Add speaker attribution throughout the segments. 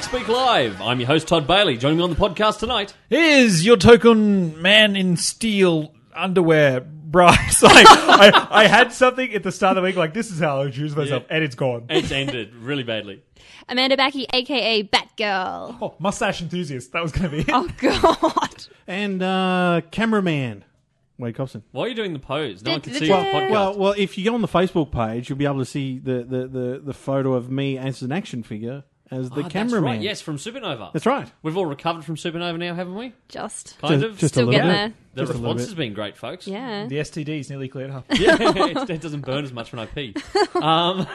Speaker 1: Speak Live. I'm your host, Todd Bailey. Joining me on the podcast tonight.
Speaker 2: Here's your token man in steel underwear, Bryce. I, I, I had something at the start of the week, like, this is how I introduce myself,
Speaker 1: Yeah.
Speaker 2: and it's gone.
Speaker 1: It's ended really badly.
Speaker 3: Amanda Backey, aka Batgirl.
Speaker 2: Oh, mustache enthusiast. That was going to be it.
Speaker 3: Oh God!
Speaker 4: and uh, cameraman Wade Cobson.
Speaker 1: Why are you doing the pose? No one can
Speaker 3: Did-
Speaker 1: see
Speaker 3: did-
Speaker 1: your podcast. Oh,
Speaker 4: Well, well, if you go on the Facebook page, you'll be able to see the, the, the, the photo of me as an action figure as the
Speaker 1: Ah, that's
Speaker 4: cameraman.
Speaker 1: right. Yes, from Supernova.
Speaker 4: that's right.
Speaker 1: We've all recovered from Supernova now, haven't we?
Speaker 3: Just
Speaker 1: Kind
Speaker 4: Ju-
Speaker 1: of.
Speaker 4: just a
Speaker 3: still
Speaker 4: little
Speaker 3: getting
Speaker 4: bit.
Speaker 3: there.
Speaker 1: the
Speaker 4: just a little
Speaker 1: response
Speaker 4: bit.
Speaker 1: has been great, folks.
Speaker 3: Yeah.
Speaker 2: The STD's nearly cleared up.
Speaker 1: Yeah, it's- it doesn't burn as much when I pee. Um,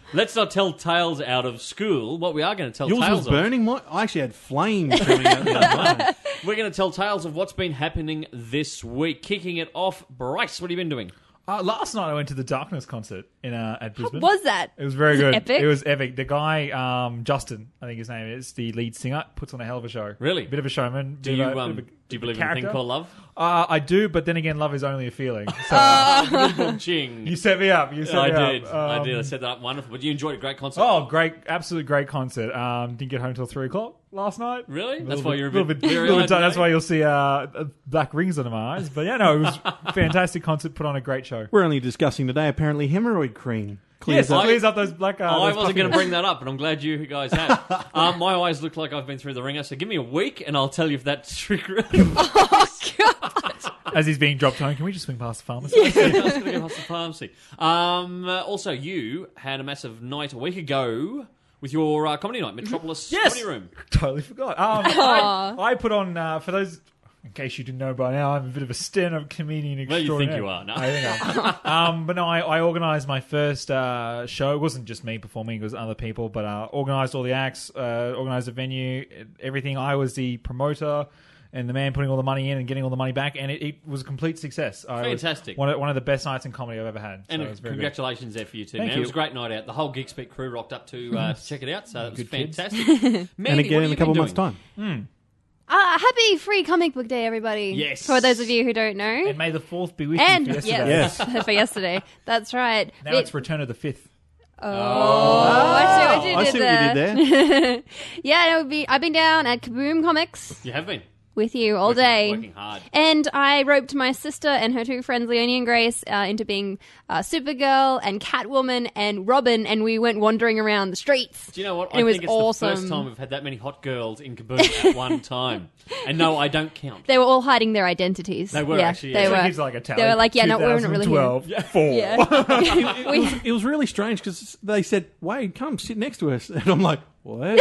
Speaker 1: let's not tell tales out of school. What we are going to tell
Speaker 4: Yours
Speaker 1: tales
Speaker 4: was
Speaker 1: of-
Speaker 4: burning. What? I actually had flames coming out. the other one.
Speaker 1: We're going to tell tales of what's been happening this week. Kicking it off, Bryce. What have you been doing?
Speaker 2: Uh, last night I went to the Darkness concert in uh, at Brisbane.
Speaker 3: Was that?
Speaker 2: It was very
Speaker 3: Was it
Speaker 2: good.
Speaker 3: epic?
Speaker 2: It was epic. The guy, um, Justin, I think his name is, the lead singer, puts on a hell of a show.
Speaker 1: Really?
Speaker 2: Bit of a showman.
Speaker 1: Do you um, do you believe in a thing called love?
Speaker 2: Uh, I do, but then again, love is only a feeling. So
Speaker 3: Uh.
Speaker 1: Ching.
Speaker 2: you set me up. You set
Speaker 1: I
Speaker 2: me up.
Speaker 1: did. I
Speaker 2: Um,
Speaker 1: did. I set that up wonderful. But you enjoyed a great concert.
Speaker 2: Oh, great! Absolutely great concert. Um, didn't get home till three o'clock last night.
Speaker 1: Really?
Speaker 2: A
Speaker 1: That's
Speaker 2: little
Speaker 1: why
Speaker 2: bit-
Speaker 1: you're a
Speaker 2: little
Speaker 1: bit
Speaker 2: bit-
Speaker 1: bleary-eyed
Speaker 2: little bit- That's
Speaker 1: today?
Speaker 2: why you'll see uh, uh, black rings under my eyes. But yeah, no, it was fantastic concert. Put on a great show.
Speaker 4: We're only discussing today. Apparently, hemorrhoid cream clears
Speaker 2: Yes,
Speaker 4: up.
Speaker 1: I-
Speaker 2: clears up those black. Uh,
Speaker 1: Oh, I
Speaker 2: those
Speaker 1: wasn't going to
Speaker 2: puffiness.
Speaker 1: bring that up, but I'm glad you guys have. um, my eyes look like I've been through the ringer, so give me a week and I'll tell you if that's true. I
Speaker 2: as he's being dropped home. Can we just swing past the pharmacy?
Speaker 1: was going to go past the pharmacy. Um, uh, also, you had a massive night a week ago with your uh, comedy night, Metropolis
Speaker 2: Mm-hmm. Yes.
Speaker 1: Comedy Room.
Speaker 2: Totally forgot. Um, I, I put on uh, for those. In case you didn't know by now, I'm a bit of a stand-up comedian
Speaker 1: Well, you
Speaker 2: extraordinaire.
Speaker 1: think you are. No.
Speaker 2: I think I am. um, but no, I, I organised my first uh, show. It wasn't just me performing; it was other people. But uh, organised all the acts, uh, organised the venue, everything. I was the promoter and the man putting all the money in and getting all the money back, and it, it was a complete success. I was
Speaker 1: Fantastic.
Speaker 2: one, of, one of the best nights in comedy I've ever had.
Speaker 1: And
Speaker 2: so it was very good.
Speaker 1: congratulations there for you too,
Speaker 2: Thank
Speaker 1: man. It was
Speaker 2: you.
Speaker 1: a great night out. The whole Geek Speak crew rocked up to, uh, to check it out, so that was
Speaker 2: Good kids.
Speaker 1: fantastic.
Speaker 4: and
Speaker 1: Mandy, what
Speaker 4: again,
Speaker 1: have
Speaker 4: in
Speaker 1: you
Speaker 4: a couple
Speaker 1: been
Speaker 4: months'
Speaker 1: doing?
Speaker 4: time.
Speaker 3: Ah, happy free comic book day, everybody!
Speaker 1: Yes.
Speaker 3: For those of you who don't know,
Speaker 2: And may the fourth be with
Speaker 3: and
Speaker 2: you. For
Speaker 3: yes,
Speaker 2: yesterday.
Speaker 3: for yesterday. That's right.
Speaker 2: Now
Speaker 3: But-
Speaker 2: it's Return of the Fifth.
Speaker 3: oh, I see what you
Speaker 4: I
Speaker 3: did
Speaker 4: see
Speaker 3: there.
Speaker 4: what you did there.
Speaker 3: Yeah, it would be. I've been down at Kaboom Comics
Speaker 1: You have been
Speaker 3: with you all
Speaker 1: Working-
Speaker 3: day.
Speaker 1: working hard.
Speaker 3: And I roped my sister and her two friends, Leonie and Grace, uh, into being uh, Supergirl and Catwoman and Robin, and we went wandering around the streets.
Speaker 1: Do you know what?
Speaker 3: And it
Speaker 1: I
Speaker 3: was
Speaker 1: think it's
Speaker 3: awesome.
Speaker 1: the first time we've had that many hot girls in Kaboom at one time. And no, I don't count.
Speaker 3: They were all hiding their identities.
Speaker 1: They were,
Speaker 3: yeah,
Speaker 1: actually,
Speaker 3: They
Speaker 1: yeah.
Speaker 3: were.
Speaker 2: It's like he's like a talent.
Speaker 3: They were like, yeah, no, we're not really here.
Speaker 2: 2012 Four.
Speaker 3: Yeah. we,
Speaker 4: It was really strange because they said, "Wade, come sit next to us," and I'm like, "What?"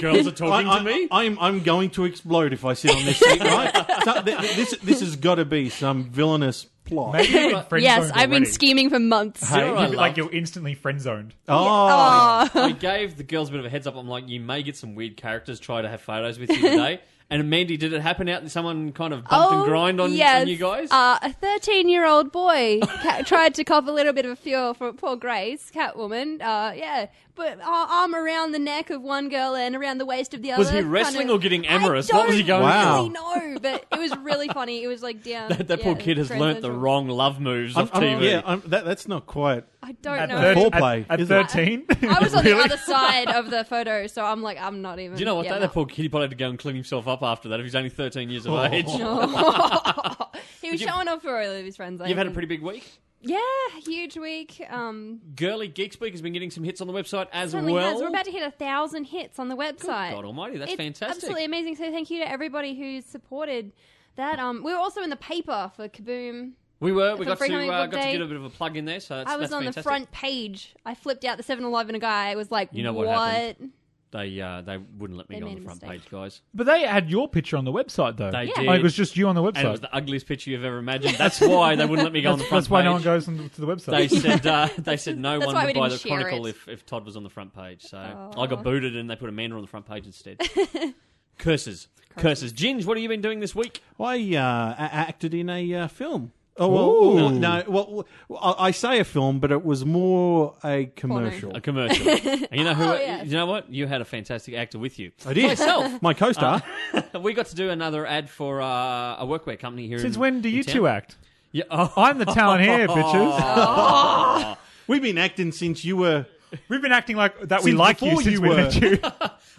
Speaker 1: Girls are talking
Speaker 4: I,
Speaker 1: to me.
Speaker 4: am I'm going to explode if I sit on this seat, right? So th- th- this this has got to be some villainous plot.
Speaker 2: Maybe you've been friend
Speaker 3: yes,
Speaker 2: zoned
Speaker 3: I've been
Speaker 2: already.
Speaker 3: scheming for months.
Speaker 2: Hey,
Speaker 1: You're all
Speaker 2: you'd be like
Speaker 1: loved.
Speaker 2: you're instantly friend zoned.
Speaker 4: Oh,
Speaker 1: I gave the girls a bit of a heads up. I'm like, you may get some weird characters try to have photos with you today. And Mandy, did it happen out? Someone kind of bumped and grind on,
Speaker 3: Oh, yes.
Speaker 1: on you guys?
Speaker 3: Uh, a 13 year old boy ca- tried to cop a little bit of a feel for poor Grace, Catwoman. Uh, yeah, but uh, arm around the neck of one girl and around the waist of the other.
Speaker 1: Was he
Speaker 3: kind
Speaker 1: wrestling
Speaker 3: of-
Speaker 1: or getting
Speaker 3: I
Speaker 1: amorous? What was he
Speaker 3: don't
Speaker 1: going
Speaker 3: really
Speaker 4: through?
Speaker 3: know, but it was really funny. It was like down.
Speaker 1: that that
Speaker 3: yeah,
Speaker 1: poor kid has
Speaker 3: friend
Speaker 1: learnt the
Speaker 3: central.
Speaker 1: wrong love moves
Speaker 4: I'm-
Speaker 1: of
Speaker 4: I'm-
Speaker 1: TV.
Speaker 4: yeah, I'm, that, that's not quite.
Speaker 3: I don't
Speaker 2: At,
Speaker 3: know.
Speaker 4: third-
Speaker 2: thir-
Speaker 4: Foreplay,
Speaker 2: at, at
Speaker 4: isn't it?
Speaker 2: 13?
Speaker 3: I was on
Speaker 2: Really?
Speaker 3: the other side of the photo, so I'm like, I'm not even.
Speaker 1: Do you know what?
Speaker 3: yeah,
Speaker 1: that, that poor kid he probably had to go and clean himself up after that if he's only 13 years of
Speaker 4: Oh.
Speaker 1: age.
Speaker 3: no. he was
Speaker 1: You-
Speaker 3: showing off for all of his friends.
Speaker 1: You've had a pretty big week.
Speaker 3: yeah, huge week. Um,
Speaker 1: Girly Geek Speak has been getting some hits on the website as
Speaker 3: Certainly
Speaker 1: well.
Speaker 3: has. We're about to hit a thousand hits on the website.
Speaker 1: God Almighty, that's
Speaker 3: It's
Speaker 1: fantastic.
Speaker 3: Absolutely amazing. So thank you to everybody who supported that. Um, we were also in the paper for Kaboom.
Speaker 1: We were. We
Speaker 3: For
Speaker 1: got to
Speaker 3: Free Comic
Speaker 1: uh,
Speaker 3: Book
Speaker 1: got to
Speaker 3: Day.
Speaker 1: get a bit of a plug in there. So that's,
Speaker 3: I was
Speaker 1: that's
Speaker 3: on
Speaker 1: fantastic.
Speaker 3: the front page. I flipped out the 7-Eleven guy. I was like,
Speaker 1: You know what
Speaker 3: what?
Speaker 1: happened? They uh, they wouldn't let me
Speaker 3: They
Speaker 1: go on
Speaker 3: made
Speaker 1: the
Speaker 3: a
Speaker 1: front
Speaker 3: mistake.
Speaker 1: page, guys.
Speaker 2: but they had your picture on the website, though.
Speaker 1: They
Speaker 3: Yeah.
Speaker 1: did.
Speaker 2: Like, it was just you on the
Speaker 1: and it was
Speaker 2: website.
Speaker 1: the ugliest picture you've ever imagined. That's why they wouldn't let me go on the front
Speaker 2: That's why
Speaker 1: page.
Speaker 2: no one goes on the, to the
Speaker 1: They
Speaker 2: website.
Speaker 1: said uh, they said no
Speaker 3: That's
Speaker 1: one
Speaker 3: why
Speaker 1: would
Speaker 3: we
Speaker 1: buy the
Speaker 3: didn't share
Speaker 1: Chronicle
Speaker 3: it.
Speaker 1: if, if Todd was on the front page. So I got booted, and they put Amanda on the front page instead. Curses. Curses. Ginge, what have you been doing this week?
Speaker 4: I uh, a- acted in a uh, film. Oh
Speaker 2: Ooh.
Speaker 4: well, no. Well, well, I I say a film, but it was more a commercial.
Speaker 1: A commercial. and you know who?
Speaker 3: Oh, yes.
Speaker 1: You know what? You had a fantastic actor with you.
Speaker 4: I did
Speaker 1: Myself. Uh.
Speaker 4: my co-star.
Speaker 1: we got to do another ad for uh, a workwear company here.
Speaker 2: Since
Speaker 1: in-
Speaker 2: when do you
Speaker 1: in town.
Speaker 2: two act?
Speaker 1: Yeah, oh,
Speaker 2: I'm the talent here, bitches.
Speaker 4: We've been acting since you were
Speaker 2: We've been acting like that we
Speaker 4: Since
Speaker 2: like you
Speaker 4: before
Speaker 2: since
Speaker 4: you
Speaker 2: we
Speaker 4: were.
Speaker 2: met you.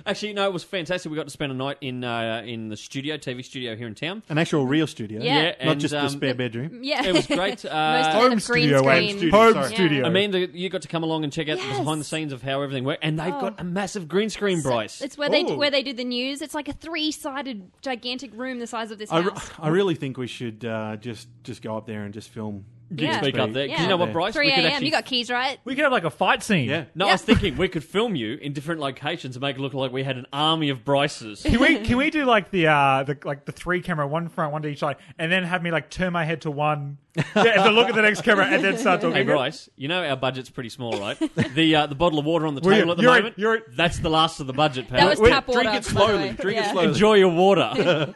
Speaker 1: Actually, no, it was fantastic. We got to spend a night in uh, in the studio, TV studio here in town.
Speaker 4: An actual real studio.
Speaker 3: Yeah. Yeah,
Speaker 4: Not
Speaker 1: and,
Speaker 4: just
Speaker 1: um,
Speaker 4: the spare bedroom.
Speaker 3: Yeah,
Speaker 1: It was great.
Speaker 3: Most
Speaker 1: Uh,
Speaker 3: of
Speaker 2: Home
Speaker 3: it green
Speaker 2: studio,
Speaker 3: screen.
Speaker 2: Wayne.
Speaker 4: Studio,
Speaker 2: Home
Speaker 4: sorry.
Speaker 2: studio.
Speaker 1: I mean, the, you got to come along and check out
Speaker 3: Yes.
Speaker 1: the behind the scenes of how everything worked, and they've got
Speaker 3: Oh.
Speaker 1: a massive green screen, Bryce.
Speaker 3: It's where they
Speaker 4: Oh.
Speaker 3: where they do the news. It's like a three sided gigantic room the size of this
Speaker 4: I,
Speaker 3: house.
Speaker 4: re- I really think we should uh, just just go up there and just film.
Speaker 1: You
Speaker 3: Yeah.
Speaker 1: can speak up there. 'Cause You know what, Bryce?
Speaker 3: 3
Speaker 1: we
Speaker 3: a.m.
Speaker 1: could actually.
Speaker 3: You got keys, right?
Speaker 2: we could have like a fight scene.
Speaker 4: Yeah.
Speaker 1: no, I was thinking we could film you in different locations and make it look like we had an army of Bryces.
Speaker 2: Can we can we do like the uh the like the three camera one front one to each side and then have me like turn my head to one yeah and then look at the next camera and then start talking
Speaker 1: Hey Bryce, you know our budget's pretty small, right? the uh, the bottle of water on the
Speaker 2: Well,
Speaker 1: table
Speaker 2: yeah,
Speaker 1: at the
Speaker 2: you're-
Speaker 1: moment.
Speaker 2: you're-
Speaker 1: that's the last of the budget, pal.
Speaker 3: That was
Speaker 2: Wait,
Speaker 3: tap water.
Speaker 4: Drink
Speaker 3: by
Speaker 4: it
Speaker 3: the
Speaker 4: slowly.
Speaker 3: way.
Speaker 4: Drink
Speaker 3: Yeah.
Speaker 4: it slowly.
Speaker 1: Enjoy your water.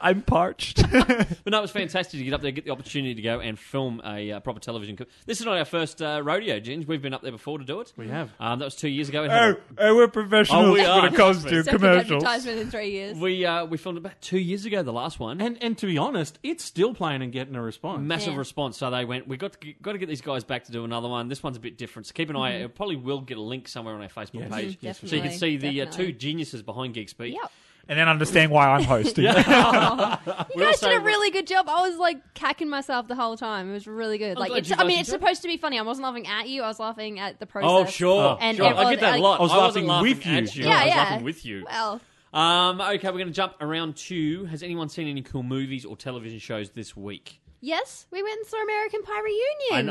Speaker 2: I'm parched
Speaker 1: but no, it was fantastic to get up there, get the opportunity to go and film a uh, proper television. Co- this is not our first uh, rodeo, Ginge. We've been up there before to do it.
Speaker 4: We have.
Speaker 1: Um, that was two years ago. It had
Speaker 2: oh, oh we're professionals
Speaker 1: Oh, we are.
Speaker 2: when it comes to
Speaker 3: Second
Speaker 2: commercials
Speaker 3: advertisement in three years.
Speaker 1: a- we uh, we filmed about two years ago, the last one.
Speaker 4: And and to be honest, it's still playing and getting a response.
Speaker 1: Massive
Speaker 3: Yeah.
Speaker 1: response. So they went, we got to, got to get these guys back to do another one. This one's a bit different. So keep an
Speaker 3: Mm-hmm.
Speaker 1: eye. It probably will get a link somewhere on our Facebook
Speaker 4: Yes.
Speaker 1: page,
Speaker 4: Mhm, Yes,
Speaker 1: so you can
Speaker 3: definitely,
Speaker 1: see the uh,
Speaker 3: Mm-hmm. definitely.
Speaker 1: two geniuses behind Geek Speak.
Speaker 3: Yep.
Speaker 2: and then understand why I'm hosting
Speaker 3: You guys did a
Speaker 1: also-
Speaker 3: really good job. I was like cacking myself the whole time. It was really good. like,
Speaker 1: glad
Speaker 3: it's,
Speaker 1: you
Speaker 3: I mean,
Speaker 1: guys
Speaker 3: it's
Speaker 1: enjoyed it.
Speaker 3: supposed to be funny. I wasn't laughing at you. I was laughing at the process.
Speaker 1: Oh, sure.
Speaker 3: And
Speaker 1: sure.
Speaker 3: everyone-
Speaker 1: I get that
Speaker 3: like-
Speaker 1: a lot.
Speaker 4: I was
Speaker 1: wasn't
Speaker 4: laughing
Speaker 1: laughing
Speaker 4: with
Speaker 1: at
Speaker 4: you.
Speaker 1: you.
Speaker 3: Yeah,
Speaker 1: I was
Speaker 3: yeah.
Speaker 1: laughing with you.
Speaker 3: Well,
Speaker 1: Um, okay, we're going to jump around to has anyone seen any cool movies or television shows this week?
Speaker 3: yes, we went and saw American Pie reunion.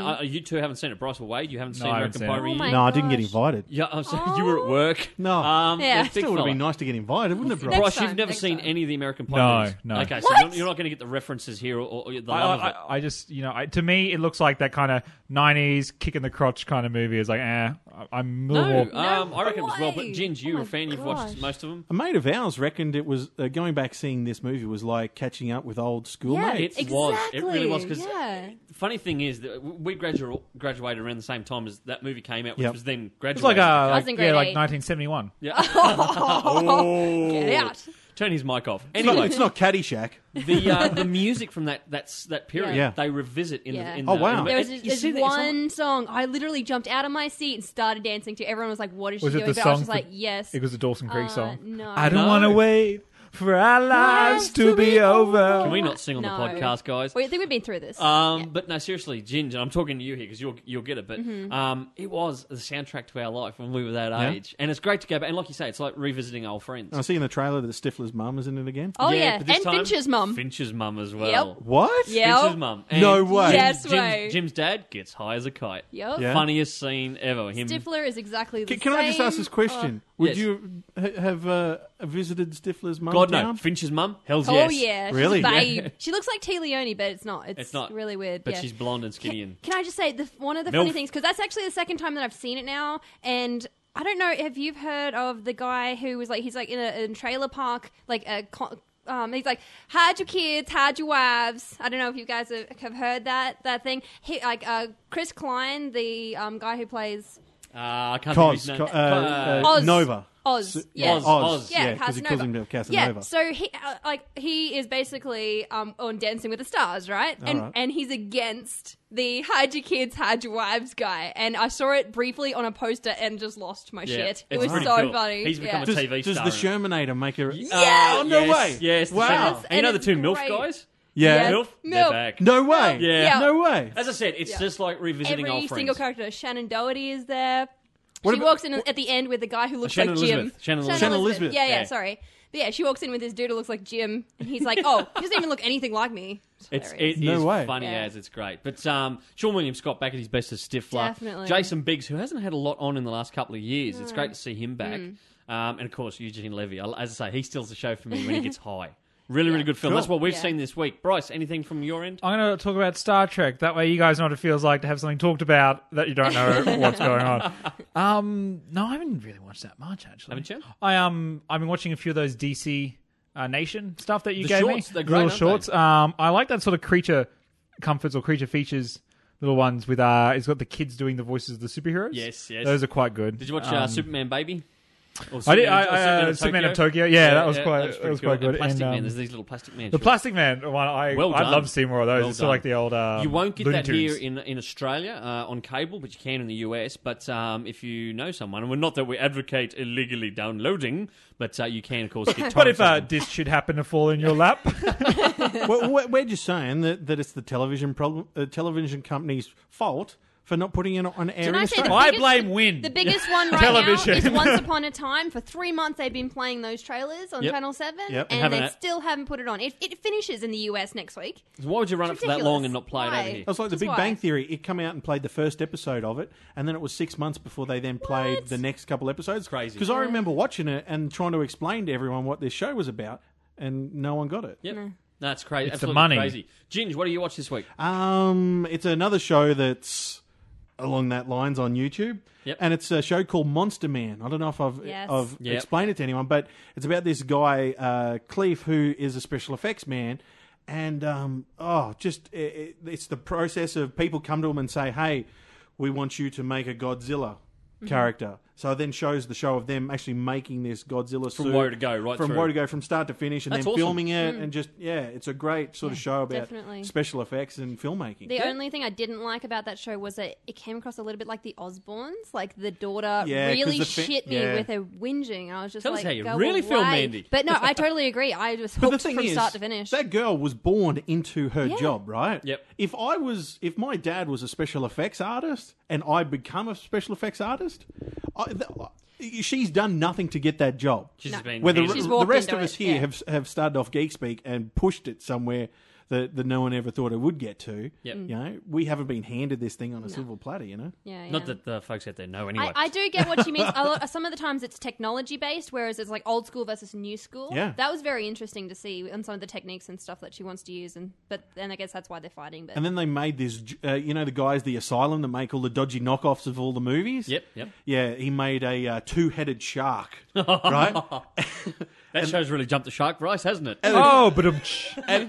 Speaker 1: And uh, you two haven't seen it. Bryce or Wade, you haven't seen
Speaker 2: I haven't
Speaker 1: American
Speaker 2: seen
Speaker 1: Pie
Speaker 2: it.
Speaker 3: Oh my
Speaker 1: Reunion?
Speaker 4: No, I didn't get
Speaker 3: gosh.
Speaker 4: invited.
Speaker 1: Yeah, I'm sorry. You were at work.
Speaker 4: No.
Speaker 1: Um,
Speaker 3: Yeah.
Speaker 1: big
Speaker 4: Still would have
Speaker 1: fella.
Speaker 4: been nice to get invited, wouldn't it, Bryce?
Speaker 1: Bryce,
Speaker 3: time,
Speaker 1: you've never
Speaker 3: next
Speaker 1: seen
Speaker 3: time.
Speaker 1: any of the American Pie
Speaker 2: No,
Speaker 1: movies.
Speaker 2: no.
Speaker 1: Okay, so
Speaker 3: What?
Speaker 1: you're- you're not going to get the references here or, or the
Speaker 2: I,
Speaker 1: love
Speaker 2: I,
Speaker 1: of it.
Speaker 2: I- I just you know I, to me it looks like that kind of 90s kick in the crotch kind of movie is like eh I- I'm a little
Speaker 1: No,
Speaker 2: more-
Speaker 1: um, I
Speaker 3: no
Speaker 1: reckon it was well. But
Speaker 3: way.
Speaker 1: Ginge, you
Speaker 3: Oh
Speaker 1: were a
Speaker 3: my
Speaker 1: fan. You've watched
Speaker 3: gosh.
Speaker 1: most of them.
Speaker 4: A mate of ours reckoned it was uh, going back seeing this movie was like catching up with old
Speaker 3: yeah,
Speaker 4: schoolmates.
Speaker 1: it
Speaker 3: exactly.
Speaker 1: was. It really was, 'cause-
Speaker 3: yeah.
Speaker 1: The funny thing is that we gradu- graduated around the same time as that movie came out, which
Speaker 4: Yep.
Speaker 1: was then
Speaker 2: it's
Speaker 1: graduated.
Speaker 2: like uh
Speaker 3: was
Speaker 2: like,
Speaker 3: in grade
Speaker 2: yeah like
Speaker 3: eight.
Speaker 2: 1971
Speaker 1: yeah.
Speaker 3: Get Oh,
Speaker 1: Oh.
Speaker 3: out.
Speaker 1: Turn his mic off.
Speaker 4: It's, not,
Speaker 1: Anyway,
Speaker 4: it's not Caddyshack.
Speaker 1: the uh, the music from that that's that period
Speaker 4: Yeah.
Speaker 1: they revisit in
Speaker 3: Yeah.
Speaker 1: the in
Speaker 4: Oh,
Speaker 1: the,
Speaker 4: wow.
Speaker 1: in the-
Speaker 3: There was
Speaker 1: it-
Speaker 3: just,
Speaker 1: you
Speaker 3: this
Speaker 1: see that it's not-
Speaker 3: one song. I literally jumped out of my seat and started dancing to. it. Everyone was like, "What is
Speaker 2: Was
Speaker 3: she
Speaker 2: it the
Speaker 3: doing?" But I
Speaker 2: song
Speaker 3: was just
Speaker 2: for-
Speaker 3: like, "Yes."
Speaker 2: it was the Dawson Creek
Speaker 3: Uh,
Speaker 2: song
Speaker 3: no.
Speaker 2: I don't
Speaker 1: No.
Speaker 2: want to wait for our lives to be over
Speaker 1: Can we not sing on
Speaker 3: No.
Speaker 1: the podcast, guys?
Speaker 3: Wait, Oh, I think we've been through this.
Speaker 1: Um, But no, seriously, Ginger, I'm talking to you here because you'll you'll get it. But
Speaker 3: Mm-hmm.
Speaker 1: um, it was the soundtrack to our life when we were that
Speaker 4: Yeah. Oh,
Speaker 1: age, and it's great to go back. And like you say, it's like revisiting old friends.
Speaker 4: I see in the trailer that Stifler's mum is in it again.
Speaker 3: oh yeah,
Speaker 1: but this
Speaker 3: and
Speaker 1: time,
Speaker 3: Finch's mum.
Speaker 1: Finch's mum as well.
Speaker 4: What?
Speaker 3: Yeah.
Speaker 1: Finch's mum. And
Speaker 4: No way.
Speaker 3: Yes
Speaker 1: Jim's,
Speaker 3: way.
Speaker 1: Jim's dad gets high as a kite.
Speaker 3: Yep.
Speaker 4: Yeah.
Speaker 1: Funniest scene ever. Him.
Speaker 3: Stifler is exactly the
Speaker 4: Can, can I just ask
Speaker 3: same.
Speaker 4: this question? Would
Speaker 1: Yes.
Speaker 4: you ha- have uh, visited Stifler's mum?
Speaker 1: God no.
Speaker 4: down?
Speaker 1: Finch's mum. Hell's
Speaker 3: Oh
Speaker 1: yes.
Speaker 3: yeah, she's
Speaker 4: Really?
Speaker 3: a babe. She looks like T. Leone, but it's not. It's,
Speaker 1: It's not.
Speaker 3: really weird.
Speaker 1: But
Speaker 3: yeah.
Speaker 1: she's blonde and skinny and.
Speaker 3: Can I just say the one of the
Speaker 1: Milf.
Speaker 3: funny things because that's actually the second time that I've seen it now, and I don't know if you've heard of the guy who was like he's like in a in a trailer park, like a. co- Um, he's like, hide your kids, hide your wives. I don't know if you guys have, have heard that that thing. He, like uh, Chris Klein, the um, guy who plays
Speaker 1: Uh, I can't
Speaker 4: Cos,
Speaker 1: think
Speaker 4: co-
Speaker 1: of
Speaker 4: uh,
Speaker 1: his name.
Speaker 4: uh,
Speaker 3: Oz.
Speaker 4: Nova.
Speaker 3: Oz.
Speaker 4: S-
Speaker 3: Yeah.
Speaker 1: Oz, Oz.
Speaker 4: Oz.
Speaker 3: Yeah,
Speaker 4: Yeah, because he calls
Speaker 3: Casanova.
Speaker 4: him Casanova.
Speaker 3: Yeah, so he uh, like he is basically um, on Dancing with the Stars, right? And
Speaker 4: right.
Speaker 3: and he's against the hide your kids, hide your wives guy. And I saw it briefly on a poster and just lost my
Speaker 1: Yeah,
Speaker 3: shit. It
Speaker 1: it's
Speaker 3: was
Speaker 1: pretty
Speaker 3: so
Speaker 1: cool.
Speaker 3: funny.
Speaker 1: He's become
Speaker 3: yeah.
Speaker 1: a
Speaker 4: does,
Speaker 1: TV
Speaker 4: does
Speaker 1: star
Speaker 4: the
Speaker 1: in it.
Speaker 4: Shermanator make a?
Speaker 1: Yeah.
Speaker 4: Oh, no
Speaker 1: yes,
Speaker 4: way.
Speaker 1: Yes.
Speaker 4: Wow.
Speaker 1: Wow. And you
Speaker 3: And
Speaker 1: know the
Speaker 3: it's
Speaker 1: two MILF
Speaker 3: great.
Speaker 1: guys?
Speaker 4: Yeah.
Speaker 3: Yes.
Speaker 1: MILF? They're
Speaker 3: Milf.
Speaker 1: back.
Speaker 4: No way.
Speaker 1: Yeah.
Speaker 4: No way.
Speaker 1: As I said, it's
Speaker 3: Yeah.
Speaker 1: just like revisiting
Speaker 3: Every
Speaker 1: old friends.
Speaker 3: single character, Shannon Doherty is there.
Speaker 4: What
Speaker 3: she
Speaker 4: about-
Speaker 3: walks in at the end with the guy who looks
Speaker 1: Shannon
Speaker 3: like Jim.
Speaker 1: Elizabeth. Shannon
Speaker 4: Shannon Elizabeth.
Speaker 3: Yeah, yeah,
Speaker 1: Yeah.
Speaker 3: sorry. But yeah, she walks in with this dude who looks like Jim, and he's like, "Oh, he doesn't even look anything like me."
Speaker 1: It's
Speaker 3: hilarious.
Speaker 1: it
Speaker 4: No
Speaker 1: is
Speaker 4: way.
Speaker 1: funny
Speaker 3: Yeah.
Speaker 1: as it's great, but um, Sean William Scott back at his best as Stifler.
Speaker 3: Definitely. Mm.
Speaker 1: Jason Biggs, who hasn't had a lot on in the last couple of years, it's great to see him back. Um, and of course Eugene Levy, I- as I say, he steals the show for me when he gets high. Really, really good film.
Speaker 4: Cool. Oh.
Speaker 1: That's what we've
Speaker 3: Yeah.
Speaker 1: seen this week. Bryce, anything from your end?
Speaker 2: I'm going to talk about Star Trek. That way, you guys know what it feels like to have something talked about that you don't know what's going on. Um, no, I haven't really watched that much actually.
Speaker 1: Haven't you?
Speaker 2: I um, I've been watching a few of those DC uh, Nation stuff that you
Speaker 1: The
Speaker 2: gave
Speaker 1: shorts,
Speaker 2: me.
Speaker 1: they're
Speaker 2: The
Speaker 1: great,
Speaker 2: little
Speaker 1: aren't
Speaker 2: shorts. Um, I like that sort of creature comforts or creature features. Little ones with uh, it's got the kids doing the voices of the superheroes.
Speaker 1: Yes, yes.
Speaker 2: Those are quite good.
Speaker 1: Did you watch
Speaker 2: Um,
Speaker 1: uh, Superman Baby? Or
Speaker 2: I
Speaker 1: Superman
Speaker 2: did. I,
Speaker 1: of- or
Speaker 2: I, uh, Superman of Tokyo. Yeah, that was quite. That was
Speaker 1: pretty
Speaker 2: quite
Speaker 1: cool.
Speaker 2: good.
Speaker 1: And Plastic
Speaker 2: and,
Speaker 1: Man.
Speaker 2: um,
Speaker 1: There's these little plastic men.
Speaker 2: the Plastic Man one. I
Speaker 1: Well
Speaker 2: I
Speaker 1: done.
Speaker 2: love seeing more of those.
Speaker 1: Well
Speaker 2: it's
Speaker 1: done.
Speaker 2: like the old. Um,
Speaker 1: You won't get
Speaker 2: Looney
Speaker 1: that here
Speaker 2: Tunes.
Speaker 1: in in Australia uh, on cable, but you can in the US. But um, if you know someone, and we're not that we advocate illegally downloading, but uh, you can of course get.
Speaker 2: But
Speaker 1: torrents
Speaker 2: if uh,
Speaker 1: of
Speaker 2: a
Speaker 1: them.
Speaker 2: disc should happen to fall in your lap,
Speaker 4: well, we're- we're just saying that, that it's the television problem, uh, television company's fault for not putting it on air.
Speaker 3: Can
Speaker 4: in
Speaker 3: I say the
Speaker 4: Australia.
Speaker 2: I
Speaker 3: biggest-
Speaker 2: blame Win.
Speaker 3: The biggest one right
Speaker 2: Television.
Speaker 3: now is Once Upon a Time. For three months, they've been playing those trailers on
Speaker 1: Yep.
Speaker 3: Channel Seven,
Speaker 4: Yep. And
Speaker 3: and
Speaker 1: haven't
Speaker 3: they
Speaker 1: it-
Speaker 3: still haven't put it on. It, it finishes in the US next week.
Speaker 1: why would you run it for that
Speaker 3: ridiculous.
Speaker 1: long and not play
Speaker 3: Why?
Speaker 1: it over here?
Speaker 4: It's like the
Speaker 3: Just
Speaker 4: Big
Speaker 3: why?
Speaker 4: Bang Theory. It come out and played the first episode of it, and then it was six months before they then played
Speaker 3: What?
Speaker 4: the next couple episodes.
Speaker 1: Crazy.
Speaker 4: Because I remember watching it and trying to explain to everyone what this show was about, and no one got it.
Speaker 1: Yep. That's crazy.
Speaker 2: It's the
Speaker 1: Absolutely
Speaker 2: money.
Speaker 1: crazy. Ginge, what do you watch this week?
Speaker 4: Um, it's another show that's along that lines on YouTube.
Speaker 1: Yep.
Speaker 4: And it's a show called Monster Man. I don't know if I've,
Speaker 3: Yes.
Speaker 4: I've
Speaker 1: Yep.
Speaker 4: explained it to anyone, but it's about this guy, uh, Cleve, who is a special effects man. And, um, oh, just i it, it's the process of people come to him and say, hey, we want you to make a Godzilla
Speaker 3: Mm-hmm.
Speaker 4: character. So it then shows the show of them actually making this Godzilla
Speaker 1: From
Speaker 4: suit.
Speaker 1: where to go, right
Speaker 4: From
Speaker 1: through.
Speaker 4: where to go, from start to finish, and
Speaker 1: That's
Speaker 4: then
Speaker 1: awesome.
Speaker 4: filming it, and just yeah, it's a great sort of show about
Speaker 3: Mm. definitely.
Speaker 4: special effects and filmmaking.
Speaker 3: The only thing I didn't like about that show was that it came across a little bit like the Osbournes. Like the daughter
Speaker 4: Yeah, 'cause
Speaker 3: really
Speaker 4: the fi-
Speaker 3: shit me
Speaker 4: yeah.
Speaker 3: with her whinging. I was just
Speaker 1: Tell us
Speaker 3: like,
Speaker 1: how you
Speaker 3: go
Speaker 1: really
Speaker 3: away.
Speaker 1: feel, Mandy.
Speaker 3: But no, I totally agree. I was
Speaker 4: But the
Speaker 3: hooked
Speaker 4: thing
Speaker 3: from
Speaker 4: is,
Speaker 3: start to finish.
Speaker 4: that girl was born into her job, right?
Speaker 1: Yep.
Speaker 4: If I was, if my dad was a special effects artist and I become a special effects artist, I, th- I- she's done nothing to get that job.
Speaker 1: She's just been
Speaker 4: Where the,
Speaker 1: handed
Speaker 3: She's
Speaker 1: it.
Speaker 4: the
Speaker 3: walked
Speaker 4: rest
Speaker 3: into
Speaker 4: of
Speaker 3: it,
Speaker 4: us here
Speaker 3: yeah.
Speaker 4: have have started off Geek Speak and pushed it somewhere that, that no one ever thought it would get to.
Speaker 1: Yep.
Speaker 3: Mm.
Speaker 4: You know, we haven't been handed this thing on a silver platter. You know.
Speaker 3: yeah, yeah.
Speaker 1: Not that the folks out there know anyway.
Speaker 3: I, I do get what she means. A lot, some of the times it's technology based, whereas it's like old school versus new school.
Speaker 4: Yeah.
Speaker 3: that was very interesting to see, and some of the techniques and stuff that she wants to use. And but then I guess that's why they're fighting. But
Speaker 4: And then they made this, uh, you know, the guys, the asylum that make all the dodgy knockoffs of all the movies.
Speaker 1: Yep, yep.
Speaker 4: Yeah, he made a uh, two-headed shark, right?
Speaker 1: that
Speaker 2: Um,
Speaker 1: show's really jumped the shark, Rice, hasn't it?
Speaker 2: oh, but um,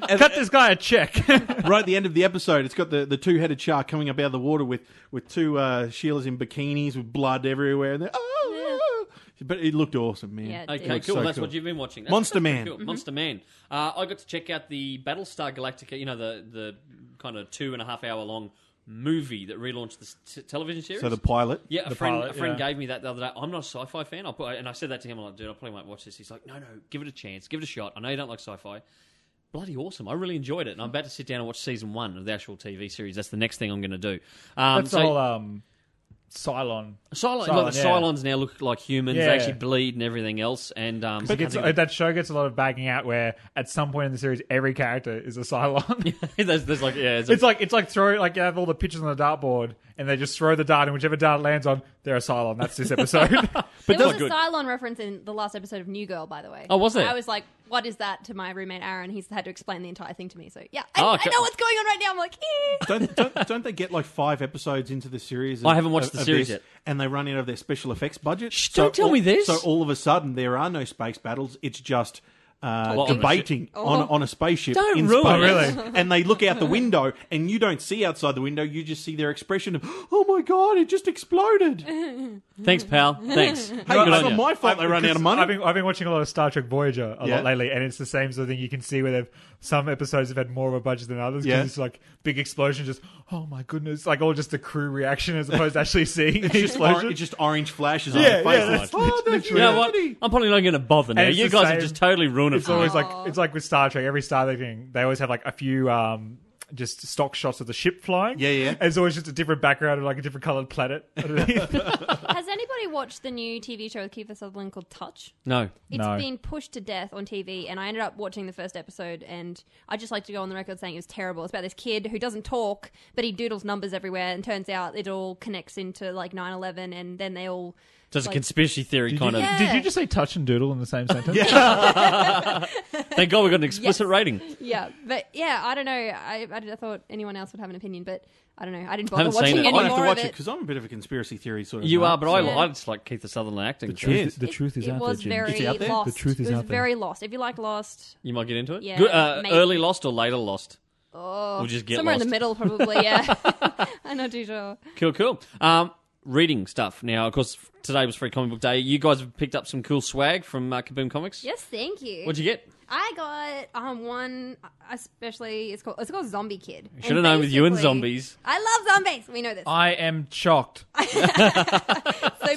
Speaker 2: cut this guy a check.
Speaker 4: right at the end of the episode, it's got the, the two-headed shark coming up out of the water with with two uh, Sheilas in bikinis with blood everywhere. And they're, oh, but it looked awesome, man.
Speaker 3: Yeah, it
Speaker 1: Okay,
Speaker 3: Yeah.
Speaker 1: cool.
Speaker 4: So
Speaker 1: That's
Speaker 4: cool.
Speaker 1: what you've been watching. That's
Speaker 4: Monster
Speaker 1: pretty
Speaker 4: Man.
Speaker 2: Mm-hmm.
Speaker 1: cool. Monster Man. Uh, I got to check out the Battlestar Galactica. You know the the kind of two and a half hour long movie that relaunched the s- t- television series.
Speaker 4: So the pilot,
Speaker 1: yeah, a
Speaker 2: The
Speaker 1: friend,
Speaker 2: pilot,
Speaker 1: a friend
Speaker 2: yeah.
Speaker 1: gave me that the other day. I'm not a sci-fi fan. I put, and I said that to him. I'm like, dude, I probably won't watch this. He's like, no, no, give it a chance, give it a shot. I know you don't like sci-fi. Bloody awesome! I really enjoyed it, and I'm about to sit down and watch season one of the actual TV series. That's the next thing I'm going to do. Um,
Speaker 2: That's
Speaker 1: so-
Speaker 2: all. Um, Cylon.
Speaker 1: Cylon,
Speaker 2: Cylon,
Speaker 1: look, the
Speaker 2: yeah.
Speaker 1: Cylons now look like humans. They
Speaker 2: Yeah.
Speaker 1: actually bleed and everything else. And um,
Speaker 2: It gets,
Speaker 1: I think-
Speaker 2: that show gets a lot of bagging out where at some point in the series every character is a Cylon.
Speaker 1: there's, there's like yeah, there's a-
Speaker 2: it's like it's like throw like you have all the pictures on the dartboard and they just throw the dart and whichever dart it lands on they're a Cylon. That's this episode.
Speaker 4: but
Speaker 3: there
Speaker 4: does
Speaker 3: was a Cylon reference in the last episode of New Girl, by the way.
Speaker 1: Oh, was there?
Speaker 3: I was like, "What is that?" to my roommate Aaron. He's had to explain the entire thing to me. So yeah, I,
Speaker 1: Oh, okay.
Speaker 3: I know what's going on right now. I'm like, eh.
Speaker 4: don't, don't don't they get like five episodes into the series?
Speaker 1: I haven't watched the series
Speaker 4: this,
Speaker 1: yet.
Speaker 4: and they run out of their special effects budget.
Speaker 1: Shh, don't tell
Speaker 4: all-
Speaker 1: me this.
Speaker 4: So all of a sudden, there are no space battles. It's just.
Speaker 1: A
Speaker 4: Uh,
Speaker 1: lot of
Speaker 4: debating on, on a spaceship
Speaker 1: Don't
Speaker 4: in
Speaker 1: ruin
Speaker 4: space,
Speaker 2: it. Oh,
Speaker 4: and they look out the window, and you don't see outside the window. You just see their expression of "Oh my god, it just exploded!" Hey,
Speaker 1: thanks, pal. Thanks. Good
Speaker 4: it's
Speaker 1: on
Speaker 4: not
Speaker 1: ya.
Speaker 4: my fault they run out of money.
Speaker 2: I've been, I've been watching a lot of Star Trek Voyager a
Speaker 4: Yeah.
Speaker 2: lot lately, and it's the same sort of thing. You can see where they've, some episodes have had more of a budget than others because
Speaker 4: Yeah.
Speaker 2: it's like big explosion, just oh my goodness, like all just the crew reaction as opposed to actually seeing the
Speaker 4: just or-
Speaker 2: explosion.
Speaker 4: it's just orange flashes on
Speaker 2: Yeah,
Speaker 4: their
Speaker 2: yeah,
Speaker 4: face.
Speaker 2: that's
Speaker 4: like, oh, that's
Speaker 1: You know what?
Speaker 4: humanity."
Speaker 1: I'm probably not going to bother now.
Speaker 2: it's
Speaker 1: You
Speaker 2: the
Speaker 1: guys have
Speaker 2: same-
Speaker 1: just totally ruined it.
Speaker 2: it's
Speaker 1: for me.
Speaker 2: always like it's like with Star Trek. Every Star Trek thing, they always have like a few um, just stock shots of the ship flying.
Speaker 4: Yeah, yeah.
Speaker 2: And it's always just a different background of like a different coloured planet. underneath.
Speaker 3: has anybody watched the new TV show with Kiefer Sutherland called Touch?
Speaker 1: no.
Speaker 3: It's
Speaker 2: No.
Speaker 3: been pushed to death on TV, and I ended up watching the first episode. And I just like to go on the record saying it was terrible. It's about this kid who doesn't talk, but he doodles numbers everywhere, and turns out it all connects into like 9/11, and then they all
Speaker 1: So it's a
Speaker 3: like-
Speaker 1: conspiracy theory kind of.
Speaker 3: Yeah.
Speaker 2: Did you just say touch and doodle in the same sentence?
Speaker 1: Thank God we got an explicit
Speaker 3: Yes.
Speaker 1: rating.
Speaker 3: yeah, but yeah, I don't know. I, I, I thought anyone else would have an opinion, but I don't know. I didn't bother
Speaker 1: Haven't seen
Speaker 3: watching
Speaker 1: it.
Speaker 3: any
Speaker 4: I have
Speaker 3: more
Speaker 4: to watch
Speaker 3: of
Speaker 4: it
Speaker 3: it.
Speaker 4: because I'm a bit of a conspiracy theory sort of.
Speaker 1: You
Speaker 4: nut,
Speaker 1: are, but I,
Speaker 4: so-
Speaker 3: Yeah.
Speaker 1: I just like Keith the Sutherland acting. so
Speaker 4: truth-
Speaker 2: the truth is
Speaker 3: it was very
Speaker 4: It's out there?
Speaker 3: lost.
Speaker 2: The truth is
Speaker 3: it was
Speaker 2: out there.
Speaker 3: very lost. If you like Lost,
Speaker 1: You might get into it.
Speaker 3: Yeah,
Speaker 1: Good, uh,
Speaker 3: maybe.
Speaker 1: early lost or later lost. Oh, we'll just get
Speaker 3: somewhere
Speaker 1: lost.
Speaker 3: in the middle, probably. Yeah, I'm not too sure.
Speaker 1: Cool, cool. Um, reading stuff now. Of course, today was Free Comic Book Day. You guys have picked up some cool swag from uh, Kaboom Comics.
Speaker 3: Yes, thank you.
Speaker 1: What'd you get?
Speaker 3: I got um one especially it's called it's called Zombie Kid.
Speaker 1: You should have known with you and
Speaker 3: basically-
Speaker 1: zombies.
Speaker 3: I love zombies. We know this.
Speaker 2: I am shocked.
Speaker 3: so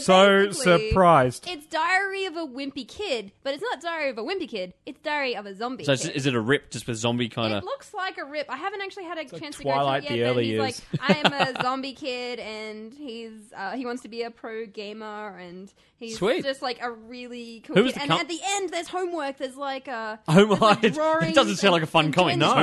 Speaker 2: So
Speaker 3: basically,
Speaker 2: surprised.
Speaker 3: It's Diary of a Wimpy Kid, but it's not Diary of a Wimpy Kid. It's Diary of a Zombie.
Speaker 1: So
Speaker 3: kid.
Speaker 1: is, is it a rip just with zombie kind
Speaker 3: It
Speaker 1: of?
Speaker 3: looks like a rip. I haven't actually had a chance
Speaker 2: Twilight
Speaker 3: to go
Speaker 2: the
Speaker 3: through it yet. but
Speaker 2: early
Speaker 3: he's
Speaker 2: years.
Speaker 3: like, I am a zombie kid, and he's uh, he wants to be a pro gamer, and he's
Speaker 1: Sweet.
Speaker 3: just like a really cool.
Speaker 1: Who was
Speaker 3: kid.
Speaker 1: the
Speaker 3: and
Speaker 1: com-
Speaker 3: at the end, there's homework. There's like a
Speaker 1: Oh my! it-
Speaker 3: drawing.
Speaker 1: it doesn't sound like a fun comic. No,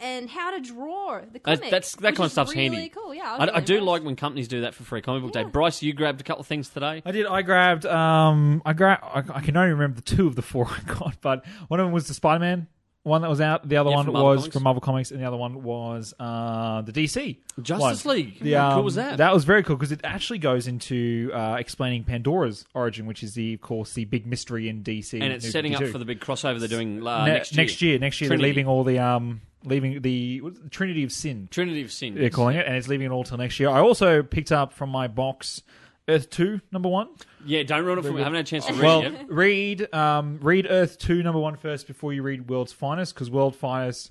Speaker 3: And how to draw the
Speaker 1: That-
Speaker 3: comic.
Speaker 1: that's that
Speaker 3: which
Speaker 1: kind of
Speaker 3: is
Speaker 1: stuff's
Speaker 3: really
Speaker 1: handy.
Speaker 3: Cool. Yeah, was
Speaker 1: I, I
Speaker 3: really
Speaker 1: do
Speaker 3: impressed.
Speaker 1: like when companies do that for Free Comic Book Day.
Speaker 3: Yeah.
Speaker 1: Bryce, you grabbed a couple of things today.
Speaker 2: I did. I grabbed. Um, I grab. I, I can only remember the two of the four I got, but one of them was the Spider Man one that was out. The other
Speaker 1: Yeah,
Speaker 2: one
Speaker 1: from
Speaker 2: was
Speaker 1: Marvel Comics.
Speaker 2: from Marvel Comics, and the other one was uh, the DC
Speaker 1: Justice
Speaker 2: one.
Speaker 1: League.
Speaker 2: The,
Speaker 1: How cool
Speaker 2: um,
Speaker 1: was that?
Speaker 2: was very cool because it actually goes into uh, explaining Pandora's origin, which is the, of course, the big mystery in DC,
Speaker 1: and it's
Speaker 2: New
Speaker 1: setting up
Speaker 2: 52.
Speaker 1: for the big crossover they're doing uh,
Speaker 2: Ne-
Speaker 1: next year.
Speaker 2: Next year, next year,
Speaker 1: Trinity.
Speaker 2: they're leaving all the um, leaving the what's it, Trinity of Sin.
Speaker 1: Trinity of Sin.
Speaker 2: They're calling it, and it's leaving it all till next year. I also picked up from my box Earth Two, number one.
Speaker 1: Yeah, don't ruin it for me. I haven't had a chance to read
Speaker 2: Well,
Speaker 1: it yet.
Speaker 2: read um, read Earth Two number one first before you read World's Finest because World Finest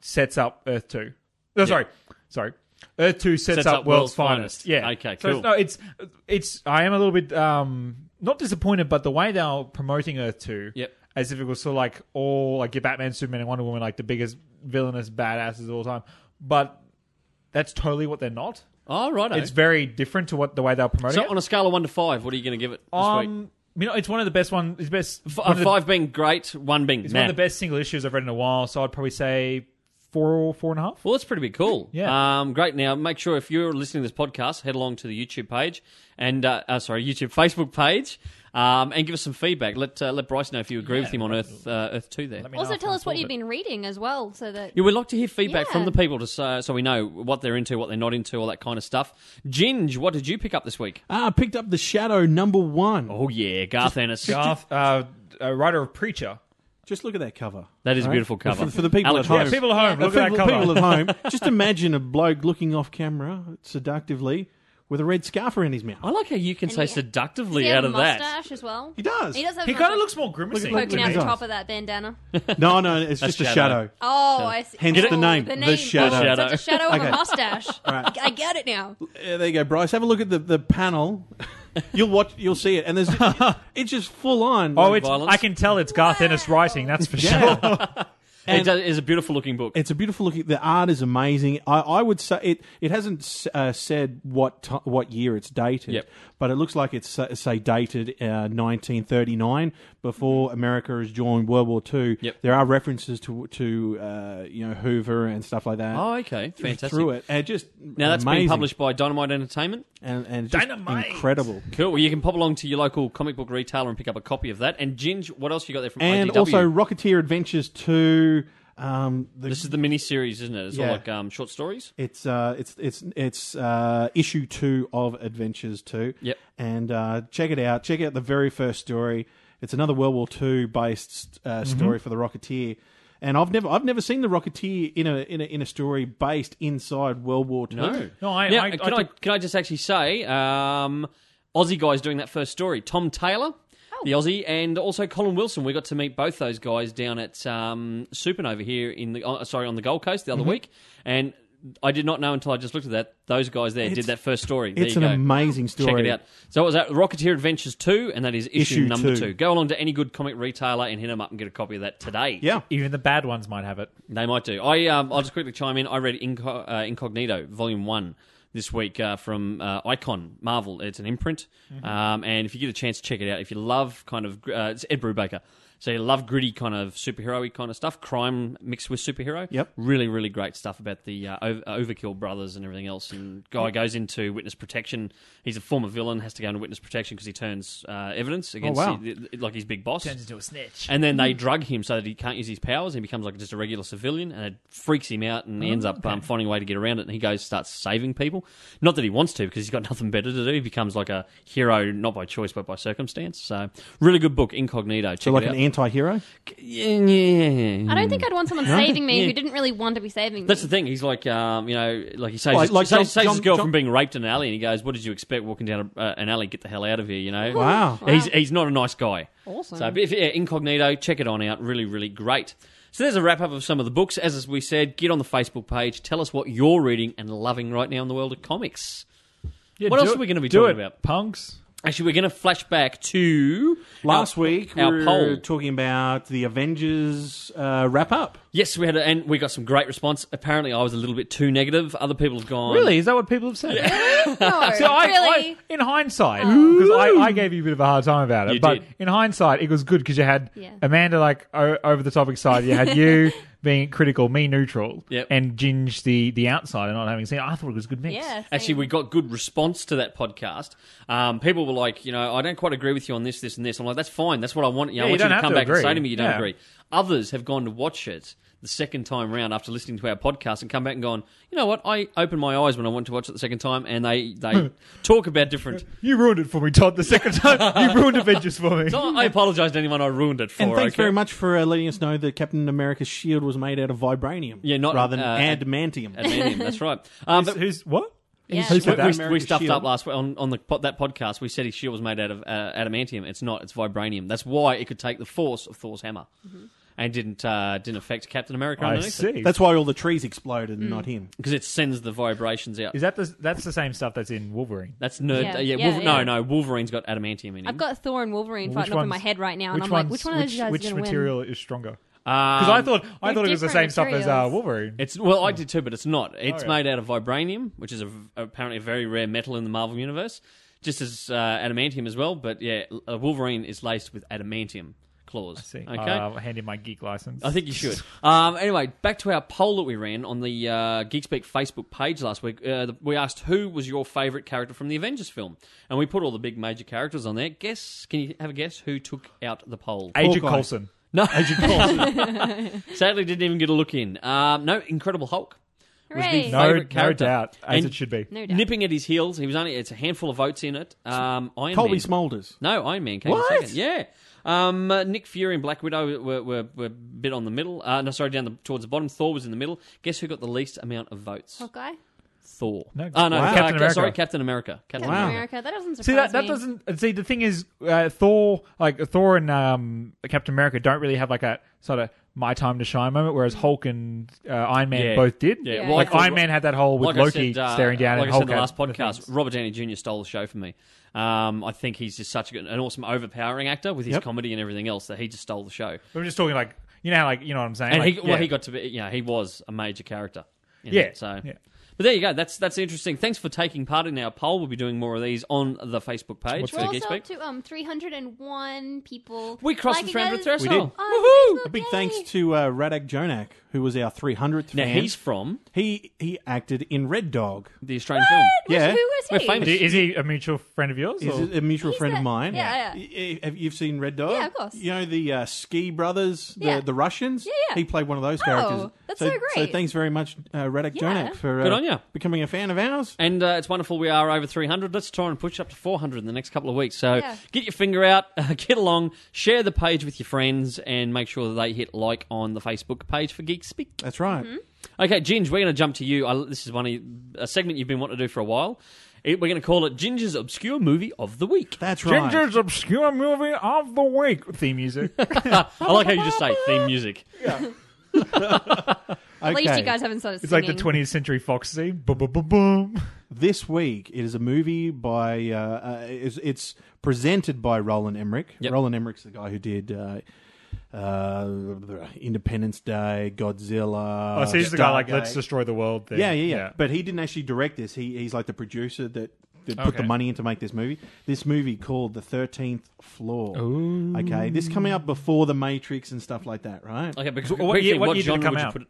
Speaker 2: sets up Earth Two. No, sorry, sorry. Earth Two sets,
Speaker 1: Sets
Speaker 2: up,
Speaker 1: up
Speaker 2: World's,
Speaker 1: World's Finest.
Speaker 2: Finest. Yeah.
Speaker 1: Okay,
Speaker 2: So
Speaker 1: cool.
Speaker 2: no, it's it's. I am a little bit um, not disappointed, but the way they are promoting Earth Two,
Speaker 1: Yep.
Speaker 2: as if it was sort of like all like your Batman, Superman, and Wonder Woman, like the biggest villainous badasses of all time, but. That's totally what they're not.
Speaker 1: Oh, right.
Speaker 2: It's very different to what the way they're promoting.
Speaker 1: So
Speaker 2: it.
Speaker 1: on a scale of one to five, what are you going to give it this week?
Speaker 2: Um, you know, it's one of the best one. It's best. one
Speaker 1: Uh,
Speaker 2: of the-
Speaker 1: five being great, one being
Speaker 2: it's
Speaker 1: meh.
Speaker 2: one of the best single issues I've read in a while. So I'd probably say four, four and a half.
Speaker 1: Well, that's pretty big, cool.
Speaker 2: Yeah.
Speaker 1: Um, great. Now, make sure if you're listening to this podcast, head along to the YouTube page and uh, uh, sorry, YouTube Facebook page, um, and give us some feedback. Let uh, let Bryce know if you agree with him on Earth uh, Earth Two. There.
Speaker 2: Let me know
Speaker 3: Also,
Speaker 2: if
Speaker 3: tell
Speaker 2: I'm
Speaker 3: us what
Speaker 2: sold
Speaker 3: you've
Speaker 2: it.
Speaker 3: been reading as well, so that
Speaker 1: Yeah, we'd like to hear feedback
Speaker 3: Yeah.
Speaker 1: from the people to so, so we know what they're into, what they're not into, all that kind of stuff. Ginge, what did you pick up this week?
Speaker 4: Ah, I picked up the Shadow number one.
Speaker 1: Oh yeah, Garth Ennis.
Speaker 2: Garth, uh, a writer of Preacher.
Speaker 4: Just look at that cover.
Speaker 1: That is a
Speaker 4: Right?
Speaker 1: beautiful cover
Speaker 4: For, for the people
Speaker 1: Alex
Speaker 4: at home.
Speaker 1: Rose.
Speaker 2: People at home,
Speaker 4: Uh,
Speaker 2: look
Speaker 4: people,
Speaker 2: at that cover.
Speaker 4: people at home, just imagine a bloke looking off camera seductively with a red scarf around his
Speaker 1: I
Speaker 4: mouth.
Speaker 1: like how you can say
Speaker 3: he-
Speaker 1: seductively
Speaker 3: he had
Speaker 1: out
Speaker 3: a
Speaker 1: of that.
Speaker 3: mustache as well.
Speaker 4: He does.
Speaker 3: He does have.
Speaker 2: he
Speaker 3: a
Speaker 2: kind of
Speaker 3: mustache
Speaker 2: looks more grimacing. Oh,
Speaker 4: Look at
Speaker 3: poking
Speaker 4: Look
Speaker 3: out
Speaker 4: at
Speaker 3: the
Speaker 4: his
Speaker 3: top
Speaker 4: eyes.
Speaker 3: of that bandana.
Speaker 4: No, no, it's just a
Speaker 1: shadow.
Speaker 4: shadow.
Speaker 3: Oh, I see.
Speaker 4: Hence the
Speaker 3: Oh,
Speaker 4: name, The Shadow.
Speaker 3: Oh, it's a shadow of
Speaker 4: Okay.
Speaker 3: a mustache. I get it now.
Speaker 4: Uh, there you go, Bryce. Have a look at the, the panel. You'll watch. You'll see it, and there's it's just full on.
Speaker 2: Oh, it's,
Speaker 1: Violence.
Speaker 2: I can tell it's Garth Ennis writing. That's for sure.
Speaker 4: yeah.
Speaker 1: It does, it's a beautiful looking book.
Speaker 4: It's a beautiful looking. The art is amazing. I, I would say it. It hasn't s- uh, said what ti what year it's dated,
Speaker 1: Yep.
Speaker 4: but it looks like it's uh, say dated uh, 1939 before America has joined World War Two.
Speaker 1: Mm-hmm. Yep.
Speaker 4: There are references to to uh, you know Hoover and stuff like that.
Speaker 1: oh, okay, fantastic.
Speaker 4: Through it, and just
Speaker 1: Now that's
Speaker 4: amazing.
Speaker 1: been published by Dynamite Entertainment.
Speaker 4: and, and it's just
Speaker 2: Dynamite.
Speaker 4: incredible.
Speaker 1: Cool. Well, you can pop along to your local comic book retailer and pick up a copy of that. And Ginge, what else you got there from
Speaker 4: And
Speaker 1: IDW?
Speaker 4: also Rocketeer Adventures Two. Um, the,
Speaker 1: this is the mini series, isn't it? It's all
Speaker 4: Yeah.
Speaker 1: like um, short stories.
Speaker 4: It's uh, it's it's it's uh, issue two of Adventures Two.
Speaker 1: Yep.
Speaker 4: And uh, check it out. Check out the very first story. It's another World War Two based uh, story for the Rocketeer. And I've never I've never seen the Rocketeer in a in a, in a story based inside World War Two.
Speaker 1: No.
Speaker 2: No, I-
Speaker 1: Now,
Speaker 2: I- I
Speaker 1: can I,
Speaker 2: took-
Speaker 1: can I just actually say, um, Aussie guys doing that first story, Tom Taylor.
Speaker 4: Oh.
Speaker 1: The Aussie and also Colin Wilson. We got to meet both those guys down at um, Supernova here in the uh, sorry on the Gold Coast the
Speaker 4: Mm-hmm.
Speaker 1: other week, and I did not know until I just looked at that. Those guys there did
Speaker 4: It's-
Speaker 1: that first story. There
Speaker 4: It's
Speaker 1: you
Speaker 4: an
Speaker 1: go.
Speaker 4: amazing story.
Speaker 1: Check it out. So it was at Rocketeer Adventures 2, and that is issue,
Speaker 4: Issue
Speaker 1: number two.
Speaker 4: two.
Speaker 1: Go along to any good comic retailer and hit them up and get a copy of that today.
Speaker 4: Yeah.
Speaker 2: Even the bad ones might have it.
Speaker 1: They might do. I, um, I'll just quickly chime in. I read Inco- uh, Incognito, Volume 1, this week uh, from uh, Icon Marvel. It's an imprint.
Speaker 4: Mm-hmm.
Speaker 1: Um, and if you get a chance, check it out. If you love kind of, gr- uh, it's Ed Brubaker. So you love gritty kind of superhero-y kind of stuff, crime mixed with superhero.
Speaker 4: Yep.
Speaker 1: Really, really great stuff about the uh, Over- Overkill brothers and everything else. And guy goes into witness protection. He's a former villain, has to go into witness protection because he turns uh, evidence against
Speaker 4: Oh, wow.
Speaker 1: the- the- like his big boss.
Speaker 2: into a snitch.
Speaker 1: And then they
Speaker 4: Mm.
Speaker 1: drug him so that he can't use his powers. He becomes
Speaker 4: Oh,
Speaker 1: like just a regular civilian, and it freaks him out, and he ends up um, finding a way to get around it. And he goes starts saving people. people. Not that he wants to, because he's got nothing better to do. He becomes like a hero, not by choice, but by circumstance. So, really good book, Incognito. Check
Speaker 4: So like
Speaker 1: it
Speaker 4: an
Speaker 1: out.
Speaker 4: anti-hero?
Speaker 1: yeah, yeah, yeah.
Speaker 3: I don't think I'd want someone saving me
Speaker 1: Yeah.
Speaker 3: who didn't really want to be saving me.
Speaker 1: That's the thing. He's like, um, you know, like he saves,
Speaker 4: Like-
Speaker 1: his,
Speaker 4: like
Speaker 1: saves,
Speaker 4: John-
Speaker 1: saves his
Speaker 4: John-
Speaker 1: girl
Speaker 4: John-
Speaker 1: from being raped in an alley, and he goes, "What did you expect walking down a, uh, an alley? Get the hell out of here!" You know,
Speaker 4: Wow.
Speaker 1: he's he's not a nice guy.
Speaker 3: Awesome.
Speaker 1: So, but if, yeah, incognito, check it on out. Really, really great. So there's a wrap up of some of the books. As we said, get on the Facebook page. Tell us what you're reading and loving right now in the world of comics.
Speaker 2: Yeah,
Speaker 1: What
Speaker 2: do
Speaker 1: else
Speaker 2: it-
Speaker 1: are we gonna be
Speaker 2: do
Speaker 1: talking
Speaker 2: it,
Speaker 1: about?
Speaker 2: Punks.
Speaker 1: Actually, we're going to flash back to
Speaker 4: Last
Speaker 1: our-
Speaker 4: week
Speaker 1: our
Speaker 4: we
Speaker 1: poll.
Speaker 4: were talking about the Avengers uh, wrap up.
Speaker 1: Yes, we had, a, and we got some great response. Apparently, I was a little bit too negative. Other people have gone.
Speaker 2: Really? Is that what people have said?
Speaker 3: no,
Speaker 2: So I, I,
Speaker 3: really. Oh.
Speaker 2: in hindsight, because I, I gave you a bit of a hard time about it,
Speaker 1: You
Speaker 2: but
Speaker 1: did.
Speaker 2: in hindsight, it was good because you had
Speaker 3: Yeah.
Speaker 2: Amanda like o- over the topic side, you had you being critical, me neutral,
Speaker 1: Yep.
Speaker 2: and Ginge the the outsider not having seen. it. I thought it was a good mix.
Speaker 3: yeah.
Speaker 1: Actually,
Speaker 3: same.
Speaker 1: we got good response to that podcast. Um, people were like, you know, I don't quite agree with you on this, this, and this. I'm like, that's fine. That's what I want. You know, I
Speaker 2: Yeah, you
Speaker 1: want you,
Speaker 2: don't
Speaker 1: to
Speaker 2: have
Speaker 1: come
Speaker 2: to
Speaker 1: back
Speaker 2: agree.
Speaker 1: and say to me you don't
Speaker 2: Yeah.
Speaker 1: agree. Others have gone to watch it the second time round after listening to our podcast and come back and gone, you know what? I opened my eyes when I went to watch it the second time, and they they talk about different.
Speaker 2: You ruined it for me, Todd. The second time you ruined Avengers for me.
Speaker 1: So I I apologise to anyone I ruined it for.
Speaker 4: And thanks
Speaker 1: okay?
Speaker 4: very much for uh, letting us know that Captain America's shield was made out of vibranium,
Speaker 1: Yeah, not,
Speaker 4: rather than
Speaker 1: uh,
Speaker 4: adamantium.
Speaker 1: Adamantium, that's right. Um, but
Speaker 2: Who's what?
Speaker 3: Yeah.
Speaker 2: Who
Speaker 1: we,
Speaker 2: said that?
Speaker 1: we, we
Speaker 4: America's
Speaker 1: stuffed
Speaker 4: shield.
Speaker 1: up last week on, on the po- that podcast. We said his shield was made out of uh, adamantium. It's not. It's vibranium. That's why it could take the force of Thor's hammer, and didn't uh, didn't affect Captain America.
Speaker 2: I
Speaker 1: underneath
Speaker 2: see.
Speaker 4: That's why all the trees exploded and
Speaker 3: Mm.
Speaker 4: not him.
Speaker 1: because it sends the vibrations out.
Speaker 2: Is that the that's the same stuff that's in Wolverine?
Speaker 1: That's nerd. Yeah,
Speaker 3: Yeah.
Speaker 1: yeah,
Speaker 3: Yeah,
Speaker 1: Wolver-
Speaker 3: yeah.
Speaker 1: no, no. Wolverine's got adamantium in him.
Speaker 3: I've got Thor and Wolverine
Speaker 2: Which
Speaker 3: fighting off in my
Speaker 2: one's-
Speaker 3: head right now, and
Speaker 2: which
Speaker 3: I'm like,
Speaker 2: one's-
Speaker 3: which one of those
Speaker 2: which,
Speaker 3: guys
Speaker 2: which
Speaker 3: is going to win?
Speaker 2: material is stronger?
Speaker 1: Um,
Speaker 2: Because I thought Hmm. I
Speaker 3: they're
Speaker 2: thought it was the same
Speaker 3: different
Speaker 2: stuff as uh,
Speaker 3: materials.
Speaker 2: Wolverine.
Speaker 1: It's well, I did too, but it's not. It's made
Speaker 2: Alright.
Speaker 1: out of vibranium, which is a, apparently a very rare metal in the Marvel universe, just as uh, adamantium as well. But yeah, uh, Wolverine is laced with adamantium claws.
Speaker 2: See,
Speaker 1: Okay.
Speaker 2: uh, hand in my geek license.
Speaker 1: I think you should. Um, anyway, back to our poll that we ran on the uh, Geekspeak Facebook page last week. Uh, the, we asked who was your favourite character from the Avengers film, and we put all the big major characters on there. Guess? Can you have a guess who took out the poll?
Speaker 2: Agent
Speaker 4: Hawkeye.
Speaker 2: Coulson.
Speaker 1: no, Agent Coulson. Sadly, didn't even get a look in. Um, no, Incredible Hulk. was the
Speaker 3: Hooray.
Speaker 1: No,
Speaker 2: No,
Speaker 1: Favourite
Speaker 2: no
Speaker 1: character.
Speaker 2: doubt, as
Speaker 1: And-
Speaker 2: it should be.
Speaker 3: No doubt.
Speaker 1: Nipping at his heels, he was only. It's a handful of votes in it. Um, Iron
Speaker 4: Colby
Speaker 1: Man.
Speaker 4: Smolders.
Speaker 1: No, Iron Man came in
Speaker 4: What?
Speaker 1: second. Yeah. Um, uh, Nick Fury and Black Widow were, were, were a bit on the middle. Uh, no, sorry, down the, towards the bottom. Thor was in the middle. Guess who got the least amount of votes?
Speaker 3: Hawkeye?
Speaker 1: Thor.
Speaker 2: Oh. No,
Speaker 1: Ah, no
Speaker 2: wow.
Speaker 1: uh,
Speaker 2: Captain America.
Speaker 1: Sorry, Captain America. Captain
Speaker 3: Captain
Speaker 1: America.
Speaker 4: Wow.
Speaker 3: America? That doesn't surprise
Speaker 2: See that that
Speaker 3: me.
Speaker 2: doesn't see the thing is uh, Thor like Thor and um, Captain America don't really have like a sort of my time to shine moment, whereas Hulk and uh, Iron Man
Speaker 1: Yeah.
Speaker 2: both did.
Speaker 1: Yeah,
Speaker 3: Yeah.
Speaker 2: Like
Speaker 1: well, I-
Speaker 2: Iron Man had that whole with
Speaker 1: Like I
Speaker 2: Loki
Speaker 1: said, uh,
Speaker 2: staring down
Speaker 1: Like
Speaker 2: and
Speaker 1: I said
Speaker 2: Hulk
Speaker 1: in the last
Speaker 2: had the
Speaker 1: podcast,
Speaker 2: things.
Speaker 1: Robert Downey Jr. stole the show from me. Um, I think he's just such a good, an awesome, overpowering actor with his
Speaker 4: Yep.
Speaker 1: comedy and everything else that he just stole the show.
Speaker 2: We We're just talking like you know, how, like you know what I'm saying.
Speaker 1: And
Speaker 2: like,
Speaker 1: he,
Speaker 2: yeah.
Speaker 1: well, he got to be, you know, he was a major character. in
Speaker 2: Yeah,
Speaker 1: it, so.
Speaker 2: yeah.
Speaker 1: But there you go. That's that's interesting. Thanks for taking part in our poll. We'll be doing more of these on the Facebook page.
Speaker 2: What's
Speaker 1: for
Speaker 3: We're
Speaker 1: the
Speaker 3: also
Speaker 1: Geek Speak.
Speaker 3: up to um, 301 people.
Speaker 1: We crossed
Speaker 3: liking
Speaker 1: the 300
Speaker 3: us
Speaker 1: threshold.
Speaker 4: We did.
Speaker 3: on
Speaker 1: Oh,
Speaker 3: Facebook.
Speaker 4: A big
Speaker 3: Yay.
Speaker 4: thanks to uh, Radak Jonak, who was our 300th
Speaker 1: Now
Speaker 4: fan.
Speaker 1: he's from
Speaker 4: He he acted in Red Dog.
Speaker 1: the Australian film.
Speaker 3: Who-
Speaker 4: Yeah.
Speaker 3: Who was
Speaker 1: We're
Speaker 3: he?
Speaker 1: famous.
Speaker 2: is he a mutual friend of yours?
Speaker 4: He's
Speaker 2: or-
Speaker 4: a a mutual
Speaker 3: He's
Speaker 4: friend
Speaker 3: the-
Speaker 4: of mine.
Speaker 3: yeah, yeah.
Speaker 4: Y- y- Have you seen Red Dog?
Speaker 3: Yeah, of course.
Speaker 4: You know the uh, Ski Brothers, the,
Speaker 3: Yeah.
Speaker 4: the Russians. Yeah,
Speaker 3: yeah. Oh,
Speaker 4: He played one of those characters.
Speaker 3: that's so great.
Speaker 4: thanks very much, uh, Radak
Speaker 3: Yeah.
Speaker 4: Jonak, for uh,
Speaker 1: Good on ya.
Speaker 4: becoming a fan of ours.
Speaker 1: And uh, it's wonderful we are over 300. Let's try and push up to 400 in the next couple of weeks. So
Speaker 3: Yeah.
Speaker 1: get your finger out, get along, share the page with your friends, and make sure that they hit like on the Facebook page for Geek Speak.
Speaker 4: That's right.
Speaker 3: Mm-hmm.
Speaker 1: Okay, Ginge, we're going to jump to you. I, this is one of, a segment you've been wanting to do for a while. It, we're going to call it Ginger's Obscure Movie of the Week.
Speaker 4: That's right.
Speaker 2: Ginger's obscure movie of the week theme music.
Speaker 1: I like how you just say theme music.
Speaker 3: At least
Speaker 4: Okay.
Speaker 3: you guys haven't started
Speaker 2: It's like
Speaker 3: singing.
Speaker 2: the 20th Century Fox theme. Boom, boom, boom, boom.
Speaker 4: This week it is a movie by uh, uh, it's, it's presented by Roland Emmerich.
Speaker 1: Yep.
Speaker 4: Roland Emmerich's the guy who did uh, uh, Independence Day, Godzilla.
Speaker 2: oh, so he's the guy like
Speaker 4: Stargate.
Speaker 2: let's destroy the world. Thing.
Speaker 4: Yeah, yeah, yeah, But he didn't actually direct this. He he's like the producer that, that put
Speaker 2: Okay.
Speaker 4: the money in to make this movie. This movie called The Thirteenth Floor. Okay, this coming out before The Matrix and stuff like that, right?
Speaker 1: Okay, because
Speaker 2: what
Speaker 1: quickly,
Speaker 2: year- what year did it
Speaker 1: genre
Speaker 2: come
Speaker 1: would you
Speaker 2: out?
Speaker 1: put it?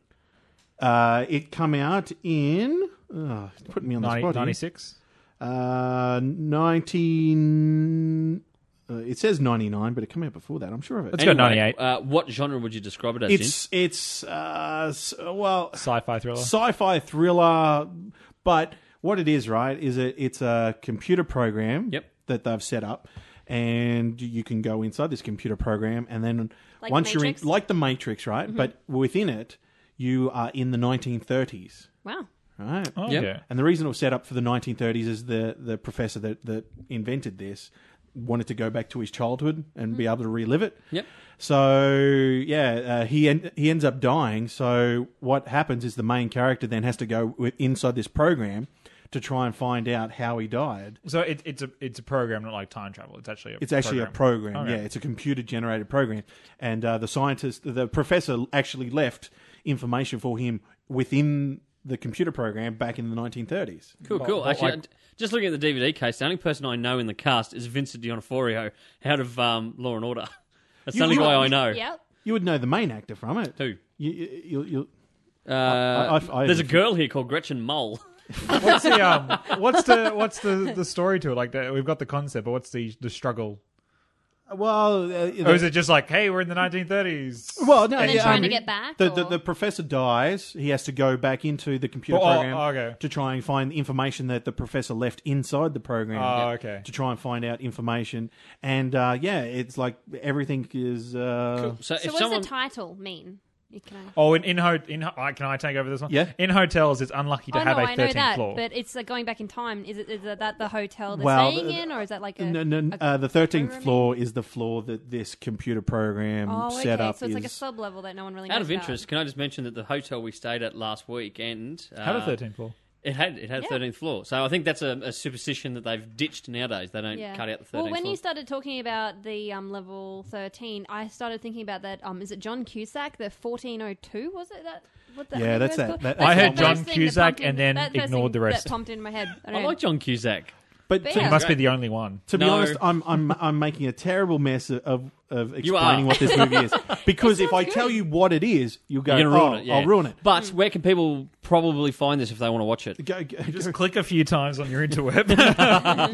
Speaker 4: Uh, it come out in. Oh, it's putting me on the
Speaker 2: 90,
Speaker 4: spot. here.
Speaker 2: 96.
Speaker 4: Uh, 19. Uh, it says 99, but it came out before that. I'm sure of it.
Speaker 2: Let's go 98.
Speaker 1: Uh, what genre would you describe it as? Ginge?
Speaker 4: It's, it's, uh, s- well,
Speaker 2: Sci-fi thriller.
Speaker 4: sci fi thriller, but What it is, right, is it it's a computer program
Speaker 1: Yep.
Speaker 4: that they've set up, and you can go inside this computer program, and then
Speaker 3: Like
Speaker 4: once
Speaker 3: the
Speaker 4: you're in,
Speaker 3: Matrix? Mm-hmm.
Speaker 4: like the Matrix, right? But within it, you are in the 1930s,
Speaker 3: Wow.
Speaker 4: right?
Speaker 2: Oh,
Speaker 1: Yep.
Speaker 2: yeah.
Speaker 4: And the reason it was set up for the 1930s is the, the professor that, that invented this wanted to go back to his childhood and be able to relive it.
Speaker 1: Yep.
Speaker 4: So yeah, uh, he en- he ends up dying. So what happens is the main character then has to go with, inside this program to try and find out how he died.
Speaker 2: So it, it's a it's a program, not like time travel. It's actually a
Speaker 4: It's actually a program.
Speaker 2: Okay.
Speaker 4: Yeah, it's a computer generated program, and uh, the scientist, the professor, actually left information for him within the computer program back in the 1930s.
Speaker 1: Cool,
Speaker 2: But-
Speaker 1: cool.
Speaker 2: but
Speaker 1: Actually,
Speaker 2: like-
Speaker 1: I- just looking at the DVD case, the only person I know in the cast is Vincent D'Onofrio out of um, Law and Order. That's the
Speaker 4: You
Speaker 1: only
Speaker 4: would-
Speaker 1: guy I know.
Speaker 3: Yep.
Speaker 4: You would know the main actor from it.
Speaker 1: Who?
Speaker 4: You, you, you, you,
Speaker 1: Uh,
Speaker 4: I- I-
Speaker 1: there's a girl here called Gretchen Mole.
Speaker 2: What's the um, what's the what's the, the story to it? Like the, we've got the concept, but what's the the struggle?
Speaker 4: well, uh,
Speaker 2: Or Oh, is it just like, hey, we're in the 1930s?
Speaker 4: Well, no,
Speaker 3: And then
Speaker 4: yeah,
Speaker 3: trying
Speaker 4: um,
Speaker 3: to get back,
Speaker 4: The, the
Speaker 3: or-
Speaker 4: the professor dies. He has to go back into the computer
Speaker 2: Oh, oh,
Speaker 4: program
Speaker 2: okay.
Speaker 4: to try and find the information that the professor left inside the program.
Speaker 2: Oh, okay.
Speaker 4: To try and find out information, and uh, yeah, it's like everything is. Uh,
Speaker 1: So,
Speaker 3: So
Speaker 1: if
Speaker 3: what
Speaker 1: someone,
Speaker 3: does the title mean? Can I...
Speaker 2: Oh, in in, ho- in ho- I- can I take over this one?
Speaker 4: Yeah.
Speaker 2: In hotels, it's unlucky to
Speaker 3: I
Speaker 2: have
Speaker 3: know,
Speaker 2: a
Speaker 3: Oh, I know
Speaker 2: 13th
Speaker 3: that,
Speaker 2: floor.
Speaker 3: but it's like going back in time. Is it is that the hotel they're
Speaker 4: Well,
Speaker 3: staying
Speaker 4: the-
Speaker 3: in, or is that like a
Speaker 4: No, no,
Speaker 3: a
Speaker 4: uh, the thirteenth
Speaker 3: programming?
Speaker 4: floor is the floor that this computer program
Speaker 3: Oh, okay.
Speaker 4: set up
Speaker 3: so it's
Speaker 4: is.
Speaker 3: like a sub level that no one really.
Speaker 1: out
Speaker 3: knows
Speaker 1: of interest, can I just mention that the hotel we stayed at last week and uh,
Speaker 2: have a 13th floor.
Speaker 1: It had it had
Speaker 3: Yeah.
Speaker 1: a 13th floor. So I think that's a, a superstition that they've ditched nowadays. They
Speaker 3: about.
Speaker 1: don't cut out the 13th
Speaker 3: Well, when
Speaker 1: floor.
Speaker 3: you started talking about the um, level thirteen, I started thinking about that. Um, is it John Cusack? The fourteen oh two was it that? What the
Speaker 4: Yeah,
Speaker 3: hell
Speaker 4: that's
Speaker 3: was
Speaker 4: that-
Speaker 3: called?
Speaker 4: that-
Speaker 2: I
Speaker 3: the
Speaker 2: heard John
Speaker 3: first thing that
Speaker 2: Cusack
Speaker 3: pumped in-
Speaker 2: and then
Speaker 3: that first
Speaker 2: ignored
Speaker 3: thing
Speaker 2: the rest.
Speaker 3: That pumped into my head. I, don't
Speaker 1: I
Speaker 3: know.
Speaker 1: like John Cusack.
Speaker 4: but to,
Speaker 3: Yeah.
Speaker 2: He must be
Speaker 1: Great.
Speaker 2: the only one.
Speaker 4: to be
Speaker 1: No.
Speaker 4: honest, I'm I'm I'm making a terrible mess of of
Speaker 1: You are.
Speaker 4: explaining what this movie is because if
Speaker 3: sounds
Speaker 4: I tell
Speaker 3: good.
Speaker 4: you what it is, you'll go,
Speaker 1: You're gonna ruin
Speaker 4: "Oh,
Speaker 1: it. yeah.
Speaker 4: I'll ruin it."
Speaker 1: But where can people probably find this if they want to watch it?
Speaker 4: Go, go,
Speaker 2: Just
Speaker 4: go-
Speaker 2: click a few times on your interweb.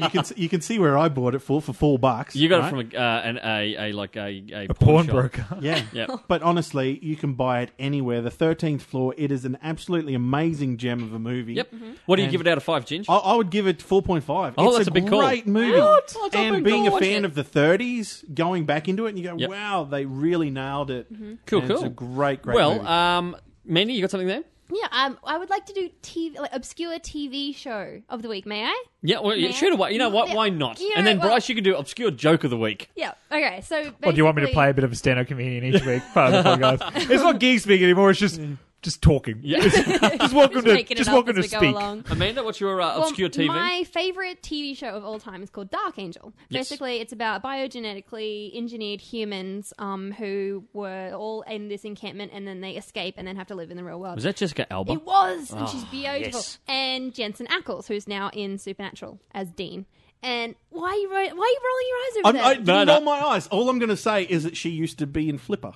Speaker 4: you can see, you can see where I bought it for for four bucks.
Speaker 1: You got
Speaker 4: right?
Speaker 1: it from a, uh, an, a, a like a a,
Speaker 2: a
Speaker 1: porn shop.
Speaker 2: pawnbroker.
Speaker 4: yeah.
Speaker 1: Yep.
Speaker 4: But honestly, you can buy it anywhere. The thirteenth floor. It is an absolutely amazing gem of a movie.
Speaker 1: Yep. What do you
Speaker 4: And- Oh,
Speaker 1: give it out of five, Ginge?
Speaker 4: I, I would give it four point five.
Speaker 1: Oh,
Speaker 4: it's
Speaker 1: that's
Speaker 4: a,
Speaker 1: a big call.
Speaker 4: great movie.
Speaker 1: What? Oh, it's a
Speaker 4: and
Speaker 1: big
Speaker 4: being
Speaker 1: call.
Speaker 4: a fan
Speaker 1: Watch it.
Speaker 4: of the thirties, going back into it, and you go,
Speaker 1: Yep.
Speaker 4: wow, they really nailed it.
Speaker 1: Cool,
Speaker 4: And It's
Speaker 1: cool.
Speaker 4: a great, great.
Speaker 1: well,
Speaker 4: movie.
Speaker 1: um, Mandy, you got something there?
Speaker 3: Yeah, um, I would like to do TV, like obscure TV show of the week. May I?
Speaker 1: Yeah. Well, yeah,
Speaker 3: Man.
Speaker 1: shoot away. You know what?
Speaker 3: Yeah.
Speaker 1: Why not?
Speaker 3: You
Speaker 1: and
Speaker 3: know,
Speaker 1: then
Speaker 3: well-
Speaker 1: Bryce, you can do obscure joke of the week.
Speaker 3: Yeah. Okay. So, basically,
Speaker 2: Or do you want me to play a bit of a stand-up comedian each week? Part of the podcast. It's not geek speak anymore. It's just just talking.
Speaker 1: Yeah.
Speaker 2: Just welcome
Speaker 3: Just
Speaker 2: to
Speaker 3: making it
Speaker 2: just
Speaker 3: up
Speaker 2: welcome
Speaker 3: as
Speaker 2: to
Speaker 3: we go
Speaker 2: speak.
Speaker 3: along.
Speaker 1: Amanda, what's your uh, obscure
Speaker 3: well,
Speaker 1: TV?
Speaker 3: My favorite TV show of all time is called Dark Angel.
Speaker 1: Yes.
Speaker 3: Basically, it's about biogenetically engineered humans um, who were all in this encampment and then they escape and then have to live in the real world.
Speaker 1: Was that Jessica Alba?
Speaker 3: It was, and
Speaker 1: Ah,
Speaker 3: she's beautiful.
Speaker 1: yes.
Speaker 3: And Jensen Ackles, who's now in Supernatural as Dean. And why are you, ro- why are you rolling
Speaker 4: I'm,
Speaker 3: your eyes over
Speaker 4: I
Speaker 3: there?
Speaker 4: didn't
Speaker 1: No, no.
Speaker 4: roll my eyes. All I'm going to say is that she used to be in Flipper.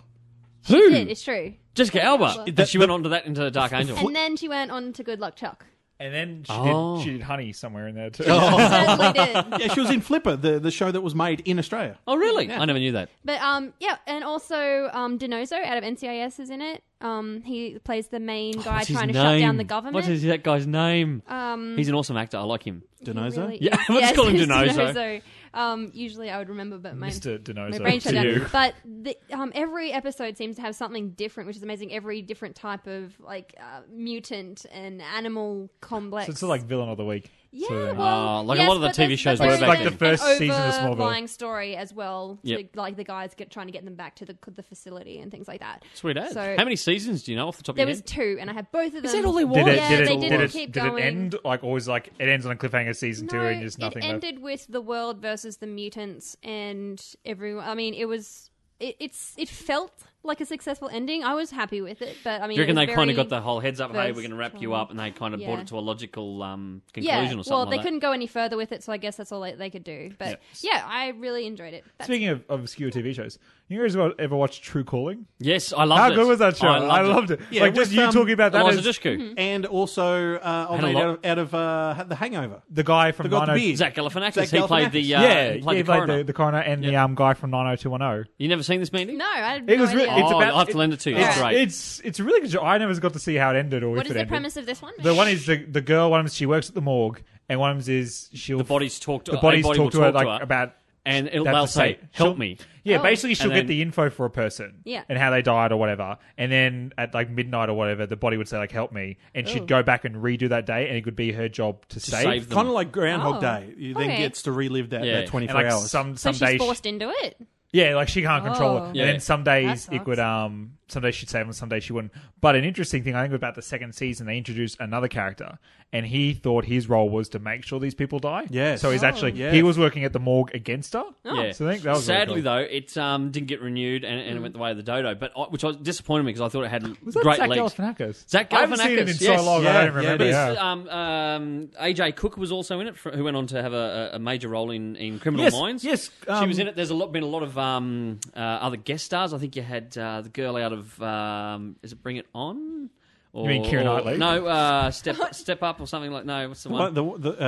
Speaker 1: Who?
Speaker 3: Shit, it's true.
Speaker 1: Jessica Alba.
Speaker 3: Alba.
Speaker 1: And she went on to that into Dark Angel.
Speaker 3: And then she went on to Good Luck Chuck.
Speaker 2: And then she,
Speaker 1: Oh.
Speaker 2: did, she did honey somewhere in there too.
Speaker 3: Certainly did.
Speaker 4: Yeah, she was in Flipper, the the show that was made in Australia.
Speaker 1: oh, really? I never knew that.
Speaker 3: But um, yeah, and also um, Denozo out of NCIS is in it. Um, he plays the main guy
Speaker 1: What's his
Speaker 3: trying to
Speaker 1: name?
Speaker 3: shut down the government.
Speaker 1: What is that guy's name?
Speaker 3: um,
Speaker 1: He's an awesome actor. I like him.
Speaker 4: Denozo?
Speaker 1: Yeah, let's call him
Speaker 3: it's
Speaker 1: Denozo.
Speaker 3: Um, usually I would remember, but my
Speaker 2: Mr. Denozo.
Speaker 3: my brain shut
Speaker 2: to
Speaker 3: down.
Speaker 2: you.
Speaker 3: But the, um, every episode seems to have something different, which is amazing. Every different type of like uh, mutant and animal complex.
Speaker 2: So it's like villain of the week.
Speaker 3: Yeah,
Speaker 2: sort of thing.
Speaker 3: well,
Speaker 1: Ah, like a
Speaker 3: yes,
Speaker 1: lot of the
Speaker 3: but
Speaker 1: TV
Speaker 3: there's-
Speaker 1: shows
Speaker 3: but
Speaker 2: were
Speaker 3: there's
Speaker 2: back then.
Speaker 3: an-
Speaker 2: Like the first
Speaker 3: an
Speaker 2: season of Smallville.
Speaker 3: overlying story as well. to
Speaker 1: Yep.
Speaker 3: the- like the guys get trying to get them back to the the facility and things like that.
Speaker 1: Sweet ad.
Speaker 3: So-
Speaker 1: How many seasons do you know off the top of
Speaker 3: There
Speaker 1: your
Speaker 3: was
Speaker 1: head?
Speaker 3: two, and I had both of them.
Speaker 1: Is that all they
Speaker 2: Did
Speaker 1: Well,
Speaker 2: it,
Speaker 3: yeah,
Speaker 2: did it,
Speaker 3: they
Speaker 2: did
Speaker 3: didn't
Speaker 2: it,
Speaker 3: keep
Speaker 2: did it
Speaker 3: going.
Speaker 2: end like always like it ends on a cliffhanger season two and there's nothing
Speaker 3: it
Speaker 2: left?
Speaker 3: ended with the world versus the mutants and everyone. I mean, it was it, it's it felt like a successful ending. I was happy with it, but I mean,
Speaker 1: Do you reckon
Speaker 3: it was
Speaker 1: they kind
Speaker 3: very-
Speaker 1: of got the whole heads up? Hey, we're going to wrap you
Speaker 3: versatile.
Speaker 1: up, and they kind of brought
Speaker 3: Yeah.
Speaker 1: it to a logical um, conclusion
Speaker 3: yeah.
Speaker 1: or something.
Speaker 3: well, they
Speaker 1: like
Speaker 3: couldn't go any further with it, so I guess that's all they, they could do. But yeah, I really enjoyed it. That's
Speaker 2: Speaking of, of obscure TV shows, You guys ever- ever watched True Calling?
Speaker 1: Yes, I loved
Speaker 2: How
Speaker 1: it. Oh,
Speaker 2: good was that show?
Speaker 1: I loved,
Speaker 2: it.
Speaker 4: Yeah,
Speaker 2: like just
Speaker 4: with,
Speaker 2: you
Speaker 4: um,
Speaker 2: talking about that
Speaker 1: Eliza
Speaker 2: is
Speaker 1: Dushku.
Speaker 4: and also uh, old
Speaker 1: Had a
Speaker 4: mate
Speaker 1: lot-
Speaker 4: out of, out of uh, the Hangover.
Speaker 2: the guy from
Speaker 4: The guy with the
Speaker 2: 90
Speaker 4: beard.
Speaker 1: Zach Galifianakis.
Speaker 4: Zach
Speaker 1: he played the
Speaker 4: Galifianakis.
Speaker 1: uh,
Speaker 2: yeah,
Speaker 1: he
Speaker 2: he
Speaker 1: played the
Speaker 2: played
Speaker 1: coroner.
Speaker 2: the, the coroner and the um, guy from 90210.
Speaker 1: You never seen this meeting?
Speaker 3: No, I had
Speaker 2: oh. It
Speaker 3: no
Speaker 2: was
Speaker 3: idea.
Speaker 2: really, it's
Speaker 1: Oh,
Speaker 2: about,
Speaker 1: I'll have to lend it to you.
Speaker 2: It's,
Speaker 1: It's great.
Speaker 2: It's it's a really good show. I never got to see how it ended or
Speaker 3: what
Speaker 2: if
Speaker 3: is
Speaker 2: it
Speaker 3: the
Speaker 2: ended.
Speaker 3: premise of this one?
Speaker 2: The one is the, the girl. One is she works at the morgue, and one is is she'll
Speaker 1: The bodies talk to
Speaker 2: the bodies
Speaker 1: a body
Speaker 2: talk to
Speaker 1: will
Speaker 2: her
Speaker 1: talk
Speaker 2: like
Speaker 1: to her.
Speaker 2: about
Speaker 1: and it'll,
Speaker 2: they have
Speaker 1: they'll
Speaker 2: to
Speaker 1: say,
Speaker 2: she'll-
Speaker 1: "Help me."
Speaker 2: Yeah,
Speaker 3: Oh.
Speaker 2: basically she'll
Speaker 1: And then-
Speaker 2: get the info for a person,
Speaker 3: Yeah.
Speaker 2: and how they died or whatever. And then at like midnight or whatever, the body would say like, "Help me," and
Speaker 3: Oh.
Speaker 2: she'd go back and redo that day, and it would be her job to, save.
Speaker 1: save them.
Speaker 4: Kind of like Groundhog
Speaker 3: Oh,
Speaker 4: Day. You then
Speaker 3: okay.
Speaker 4: gets to relive that,
Speaker 1: Yeah.
Speaker 4: that 24
Speaker 2: And like
Speaker 4: hours.
Speaker 2: some some
Speaker 3: so she's
Speaker 2: days,
Speaker 3: forced into it.
Speaker 2: yeah, like she can't control it.
Speaker 3: Oh.
Speaker 1: Yeah.
Speaker 2: And then some days
Speaker 3: That
Speaker 2: it would
Speaker 3: sucks.
Speaker 2: um, some days she'd save them, some days she wouldn't. But an interesting thing, I think, about the second season, they introduced another character, and he thought his role was to make sure these people die.
Speaker 4: Yes.
Speaker 2: so he's
Speaker 4: Oh.
Speaker 2: actually
Speaker 4: Yes.
Speaker 2: he was working at the morgue against her.
Speaker 1: Yeah.
Speaker 2: So I think that was really
Speaker 1: Sadly,
Speaker 2: cool.
Speaker 1: though, it um, didn't get renewed and, and it went the way of the dodo, but I, which I was disappointed me because I thought it had
Speaker 2: Was that
Speaker 1: great
Speaker 2: Zach
Speaker 1: legs.
Speaker 2: Galifianakis?
Speaker 1: Zach
Speaker 2: I haven't seen it in
Speaker 1: Galifianakis,
Speaker 2: so
Speaker 1: yes.
Speaker 2: long.
Speaker 4: Yeah,
Speaker 2: I
Speaker 4: yeah,
Speaker 2: don't remember.
Speaker 4: it is.
Speaker 2: yeah.
Speaker 1: Um, um, AJ Cook was also in it, for, who went on to have a, a a major role in, in Criminal
Speaker 2: Yes,
Speaker 1: Minds.
Speaker 2: yes,
Speaker 1: she
Speaker 2: um,
Speaker 1: was in it. There's a lot been a lot of um, uh, other guest stars. I think you had uh, the girl out of um, is it Bring It On? Or,
Speaker 2: mean Keira
Speaker 1: or-
Speaker 2: Knightley?
Speaker 1: No, uh, Step Step Up or something like no. What's the
Speaker 4: Well,
Speaker 1: one?
Speaker 4: the, the,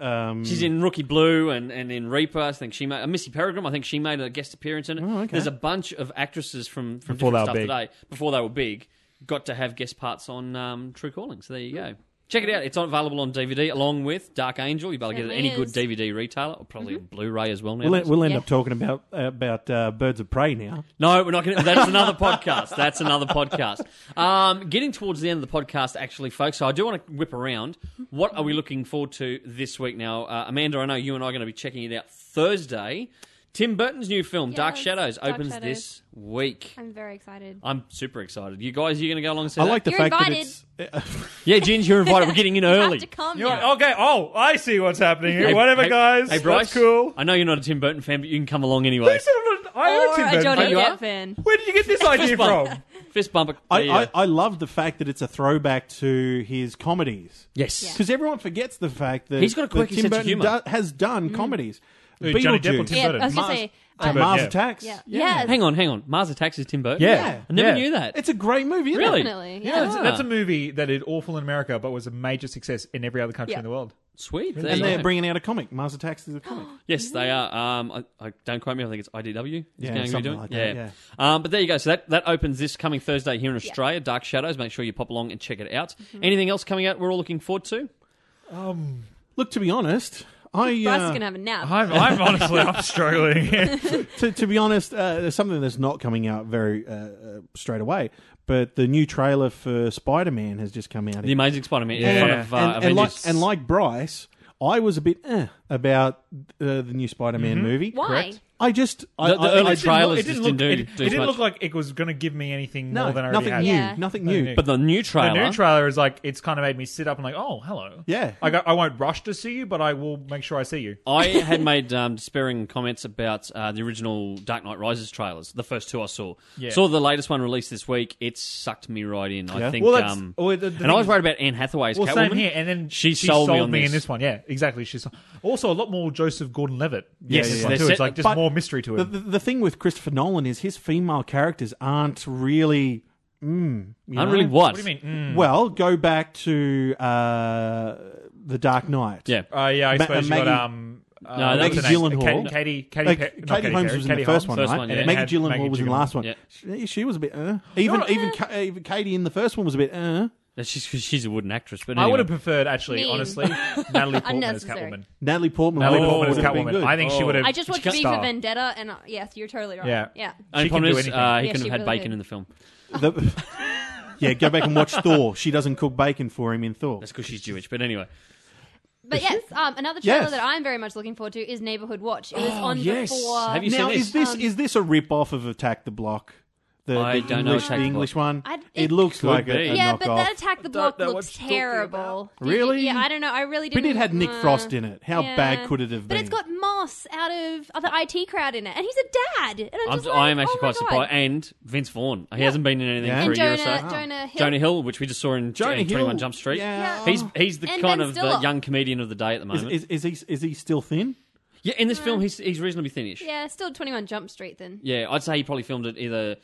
Speaker 4: uh, um,
Speaker 1: She's in Rookie Blue and, and in Reaper. I think she made uh, Missy Peregrine. I think she made a guest appearance in it. There's a bunch of actresses from from
Speaker 2: Oh, Before
Speaker 1: different stuff
Speaker 2: they were
Speaker 1: today before they were big got to have guest parts on um, True Calling. So there you go. Check it out. It's available on DVD along with Dark Angel. You better get it at
Speaker 3: Certainly
Speaker 1: any good
Speaker 3: is.
Speaker 1: DVD retailer or probably on Blu-ray as well now.
Speaker 4: We'll, we'll end
Speaker 3: Yeah.
Speaker 4: up talking about about uh, birds of prey now.
Speaker 1: No, we're not going to. That's another podcast. That's another podcast. Um, getting towards the end of the podcast, actually, folks. So I do want to whip around. What are we looking forward to this week now? Uh, Amanda, I know you and I are going to be checking it out Thursday. Tim Burton's new film, Dark
Speaker 3: Yes,
Speaker 1: Shadows,
Speaker 3: Dark
Speaker 1: opens
Speaker 3: Shadows.
Speaker 1: this week.
Speaker 3: I'm very excited.
Speaker 1: I'm super excited. You guys, you going to go along and see
Speaker 4: I
Speaker 1: that?
Speaker 4: like the
Speaker 3: You're
Speaker 4: fact
Speaker 3: invited.
Speaker 4: that it's.
Speaker 1: Yeah, Ginge, you're invited. We're getting in
Speaker 3: You
Speaker 1: early.
Speaker 3: have to come.
Speaker 2: You're
Speaker 3: now.
Speaker 2: like, okay. Oh, I see what's happening here. Whatever,
Speaker 1: hey,
Speaker 2: guys.
Speaker 1: Hey, Bryce.
Speaker 2: That's cool.
Speaker 1: I know you're not a Tim Burton fan, but you can come along
Speaker 2: Who
Speaker 1: anyway.
Speaker 2: said I'm not- I am
Speaker 3: Or
Speaker 2: Tim
Speaker 3: a
Speaker 2: Burton
Speaker 3: Johnny
Speaker 2: fan.
Speaker 1: You are?
Speaker 3: Depp fan.
Speaker 2: Where did you get this idea
Speaker 1: Fist
Speaker 2: from?
Speaker 1: bump. Fist bump.
Speaker 4: I,
Speaker 1: Yeah.
Speaker 4: I, I love the fact that it's a throwback to his comedies.
Speaker 1: yes.
Speaker 3: Yeah.
Speaker 4: Because everyone forgets the fact that
Speaker 1: He's got a
Speaker 4: that
Speaker 1: quirky
Speaker 4: Tim
Speaker 1: sense of
Speaker 4: Burton
Speaker 1: humour.
Speaker 4: do- has done comedies.
Speaker 2: Who, Johnny Depp or
Speaker 4: Beetlejuice,
Speaker 2: Tim
Speaker 3: Yeah,
Speaker 2: Burton?
Speaker 3: I was gonna
Speaker 4: Mars-
Speaker 3: say.
Speaker 4: uh,
Speaker 3: um,
Speaker 2: Burton,
Speaker 4: Mars
Speaker 2: yeah.
Speaker 4: Attacks.
Speaker 3: Mm. Yeah. Yes.
Speaker 1: Hang on, hang on. Mars Attacks is Tim Burton.
Speaker 2: Yeah.
Speaker 4: Yeah.
Speaker 1: I never
Speaker 2: Yeah.
Speaker 1: knew that.
Speaker 4: It's a great movie, isn't
Speaker 1: Really?
Speaker 4: it?
Speaker 3: Definitely.
Speaker 1: Yeah,
Speaker 3: Yeah.
Speaker 1: that's-
Speaker 2: That's a movie that did awful in America, but was a major success in every other country
Speaker 3: Yeah.
Speaker 2: in the world.
Speaker 1: Sweet. There
Speaker 4: And
Speaker 1: you
Speaker 4: they're
Speaker 1: go.
Speaker 4: bringing out a comic. Mars Attacks is a comic.
Speaker 1: yes, they are. Um, I, I don't quote me. I think it's IDW. is
Speaker 4: Yeah,
Speaker 1: going to be
Speaker 4: something
Speaker 1: doing.
Speaker 4: like that,
Speaker 1: Um, but there you go. So that, that opens this coming Thursday here in Australia. Dark Shadows. Make sure you pop along and check it out. Anything else coming out? We're all looking forward to.
Speaker 4: Look, to be honest, I
Speaker 3: Bryce is
Speaker 4: uh,
Speaker 3: gonna have a nap.
Speaker 2: I'm, I'm honestly, I'm struggling.
Speaker 4: to, to be honest, uh, there's something that's not coming out very uh, uh, straight away. But the new trailer for Spider Man has just come out.
Speaker 1: The Amazing Spider-Man in
Speaker 2: Yeah.
Speaker 1: front of uh,
Speaker 4: and, and like,
Speaker 1: Avengers.
Speaker 4: and like Bryce, I was a bit eh, about uh, the new Spider Man movie.
Speaker 3: Why?
Speaker 2: Correct.
Speaker 4: I just I,
Speaker 1: Mm-hmm. The- the
Speaker 4: I-
Speaker 1: early
Speaker 4: I-
Speaker 2: It didn't
Speaker 1: trailers
Speaker 2: look- it
Speaker 1: just
Speaker 2: didn't
Speaker 1: didn't
Speaker 2: look,
Speaker 1: do-
Speaker 2: it,
Speaker 1: do
Speaker 2: it
Speaker 1: as
Speaker 2: didn't
Speaker 1: much.
Speaker 2: look like it was going to give me anything
Speaker 4: no,
Speaker 2: more than I already
Speaker 4: nothing
Speaker 2: had.
Speaker 4: new,
Speaker 3: Yeah.
Speaker 2: Nothing
Speaker 4: nothing new.
Speaker 2: new.
Speaker 1: but the new
Speaker 2: The
Speaker 1: trailer.
Speaker 2: new trailer is like it's kind of made me sit up and like, oh, hello.
Speaker 4: Yeah.
Speaker 2: I go, I won't rush to see you, but I will make sure I see you.
Speaker 1: I had made um, despairing comments about uh, the original Dark Knight Rises trailers, the first two I saw.
Speaker 2: Yeah.
Speaker 1: Saw the latest one released this week. It sucked me right in. I
Speaker 4: Yeah.
Speaker 1: think.
Speaker 2: Well, that's-
Speaker 1: um,
Speaker 2: well, the- the
Speaker 1: and I
Speaker 2: thing
Speaker 1: was
Speaker 2: is-
Speaker 1: worried about Anne Hathaway's
Speaker 2: Well,
Speaker 1: Catwoman.
Speaker 2: same here. And then
Speaker 1: she, sold, me, on
Speaker 2: me
Speaker 1: this.
Speaker 2: in this one. Yeah, exactly. She sold. Also, a lot more Joseph Gordon-Levitt.
Speaker 1: Yes,
Speaker 2: in this
Speaker 1: yeah,
Speaker 2: one
Speaker 1: yeah.
Speaker 2: too.
Speaker 1: Set-
Speaker 2: It's like just
Speaker 4: but
Speaker 2: more mystery to
Speaker 4: The,
Speaker 2: him.
Speaker 4: the, the thing with Christopher Nolan is his female characters aren't really. Mm, you
Speaker 1: I'm
Speaker 4: know?
Speaker 1: really what?
Speaker 2: what do you mean? Mm.
Speaker 4: Well, go back to uh, the Dark Knight.
Speaker 1: Yeah.
Speaker 2: Uh, yeah, I
Speaker 4: Ma-
Speaker 2: suppose you
Speaker 4: Maggie-
Speaker 2: got um, uh,
Speaker 1: No, that
Speaker 2: what's
Speaker 1: was
Speaker 2: her name?
Speaker 4: Gyllenhaal.
Speaker 2: Katie, Katie, Katie,
Speaker 4: Uh,
Speaker 2: Pe-
Speaker 4: Katie,
Speaker 2: not Katie
Speaker 4: Holmes
Speaker 2: Perry,
Speaker 4: was in
Speaker 2: Katie
Speaker 4: the first
Speaker 2: Holmes.
Speaker 4: one,
Speaker 1: First
Speaker 4: right?
Speaker 1: one,
Speaker 4: and
Speaker 1: yeah.
Speaker 4: Maggie
Speaker 2: Had
Speaker 4: Gyllenhaal
Speaker 2: Maggie
Speaker 4: was in the
Speaker 2: Gyllenhaal.
Speaker 4: last one.
Speaker 1: Yeah.
Speaker 4: She, she was a bit. Uh. Even
Speaker 2: not-
Speaker 4: even Ka- even Katie in the first one was a bit. Uh.
Speaker 1: That's just 'cause she's a wooden actress. But
Speaker 2: I
Speaker 1: anyway.
Speaker 2: would have preferred, actually,
Speaker 3: Mean.
Speaker 2: honestly, Natalie Portman as
Speaker 3: Unnecessary.
Speaker 2: Catwoman.
Speaker 4: Natalie Portman.
Speaker 2: Natalie
Speaker 4: would-
Speaker 2: Portman as
Speaker 4: would have been
Speaker 2: Catwoman.
Speaker 4: good.
Speaker 2: I think she
Speaker 1: Oh.
Speaker 2: would have.
Speaker 3: I just watched
Speaker 1: She's
Speaker 3: V
Speaker 2: star.
Speaker 3: for Vendetta, and uh, yes, you're totally right.
Speaker 2: Yeah.
Speaker 3: yeah.
Speaker 1: And
Speaker 2: She
Speaker 1: the
Speaker 2: can
Speaker 1: problem
Speaker 2: do
Speaker 1: is,
Speaker 2: anything.
Speaker 1: uh, he
Speaker 3: Yeah,
Speaker 1: couldn't
Speaker 3: she
Speaker 1: have had
Speaker 3: really
Speaker 1: bacon
Speaker 3: did.
Speaker 1: in the film.
Speaker 4: The- yeah, go back and watch Thor. She doesn't cook bacon for him in Thor.
Speaker 1: That's because she's Jewish. But anyway,
Speaker 3: But yes, um, another trailer
Speaker 4: Yes.
Speaker 3: that I'm very much looking forward to is Neighborhood Watch. It was on
Speaker 1: yes.
Speaker 3: before.
Speaker 1: Have you seen
Speaker 4: now,
Speaker 1: this?
Speaker 4: is this is this a rip off of Attack the Block? The,
Speaker 1: I
Speaker 4: the
Speaker 1: don't know
Speaker 4: English,
Speaker 1: Attack
Speaker 4: the
Speaker 1: the
Speaker 4: English
Speaker 1: Block.
Speaker 4: one.
Speaker 3: I-
Speaker 4: it
Speaker 3: it-
Speaker 4: looks
Speaker 1: Could
Speaker 4: like
Speaker 1: be.
Speaker 4: a, a
Speaker 3: yeah,
Speaker 4: knockoff.
Speaker 3: but that Attack the Block
Speaker 2: know what
Speaker 3: looks
Speaker 2: you're talking
Speaker 3: terrible.
Speaker 4: about. Really?
Speaker 3: Yeah, I don't know. I really
Speaker 4: But
Speaker 3: didn't.
Speaker 4: it had Nick
Speaker 3: uh,
Speaker 4: Frost in it. How bad could it have
Speaker 3: But
Speaker 4: been?
Speaker 3: it's got Moss out of other IT crowd in it, and he's a dad. And I'm,
Speaker 1: I'm,
Speaker 3: just like,
Speaker 1: I am actually
Speaker 3: oh my
Speaker 1: quite
Speaker 3: God.
Speaker 1: surprised. And Vince Vaughn. He hasn't been in anything
Speaker 4: Yeah.
Speaker 1: for
Speaker 3: And
Speaker 1: a
Speaker 3: Jonah,
Speaker 1: year or so.
Speaker 3: Jonah Hill.
Speaker 1: Ah. Jonah Hill, which we just saw in,
Speaker 4: Jonah
Speaker 1: in 21
Speaker 4: Hill,
Speaker 1: Jump Street.
Speaker 4: yeah.
Speaker 1: He's he's the
Speaker 3: And
Speaker 1: kind
Speaker 3: Ben
Speaker 1: of the
Speaker 3: Stiller.
Speaker 1: young comedian of the day at the moment.
Speaker 4: Is, is, is he is he still thin?
Speaker 1: Yeah, in this film, he's he's reasonably thinnish.
Speaker 3: Yeah, still 21 Jump Street then.
Speaker 1: Yeah, I'd say he probably filmed it either,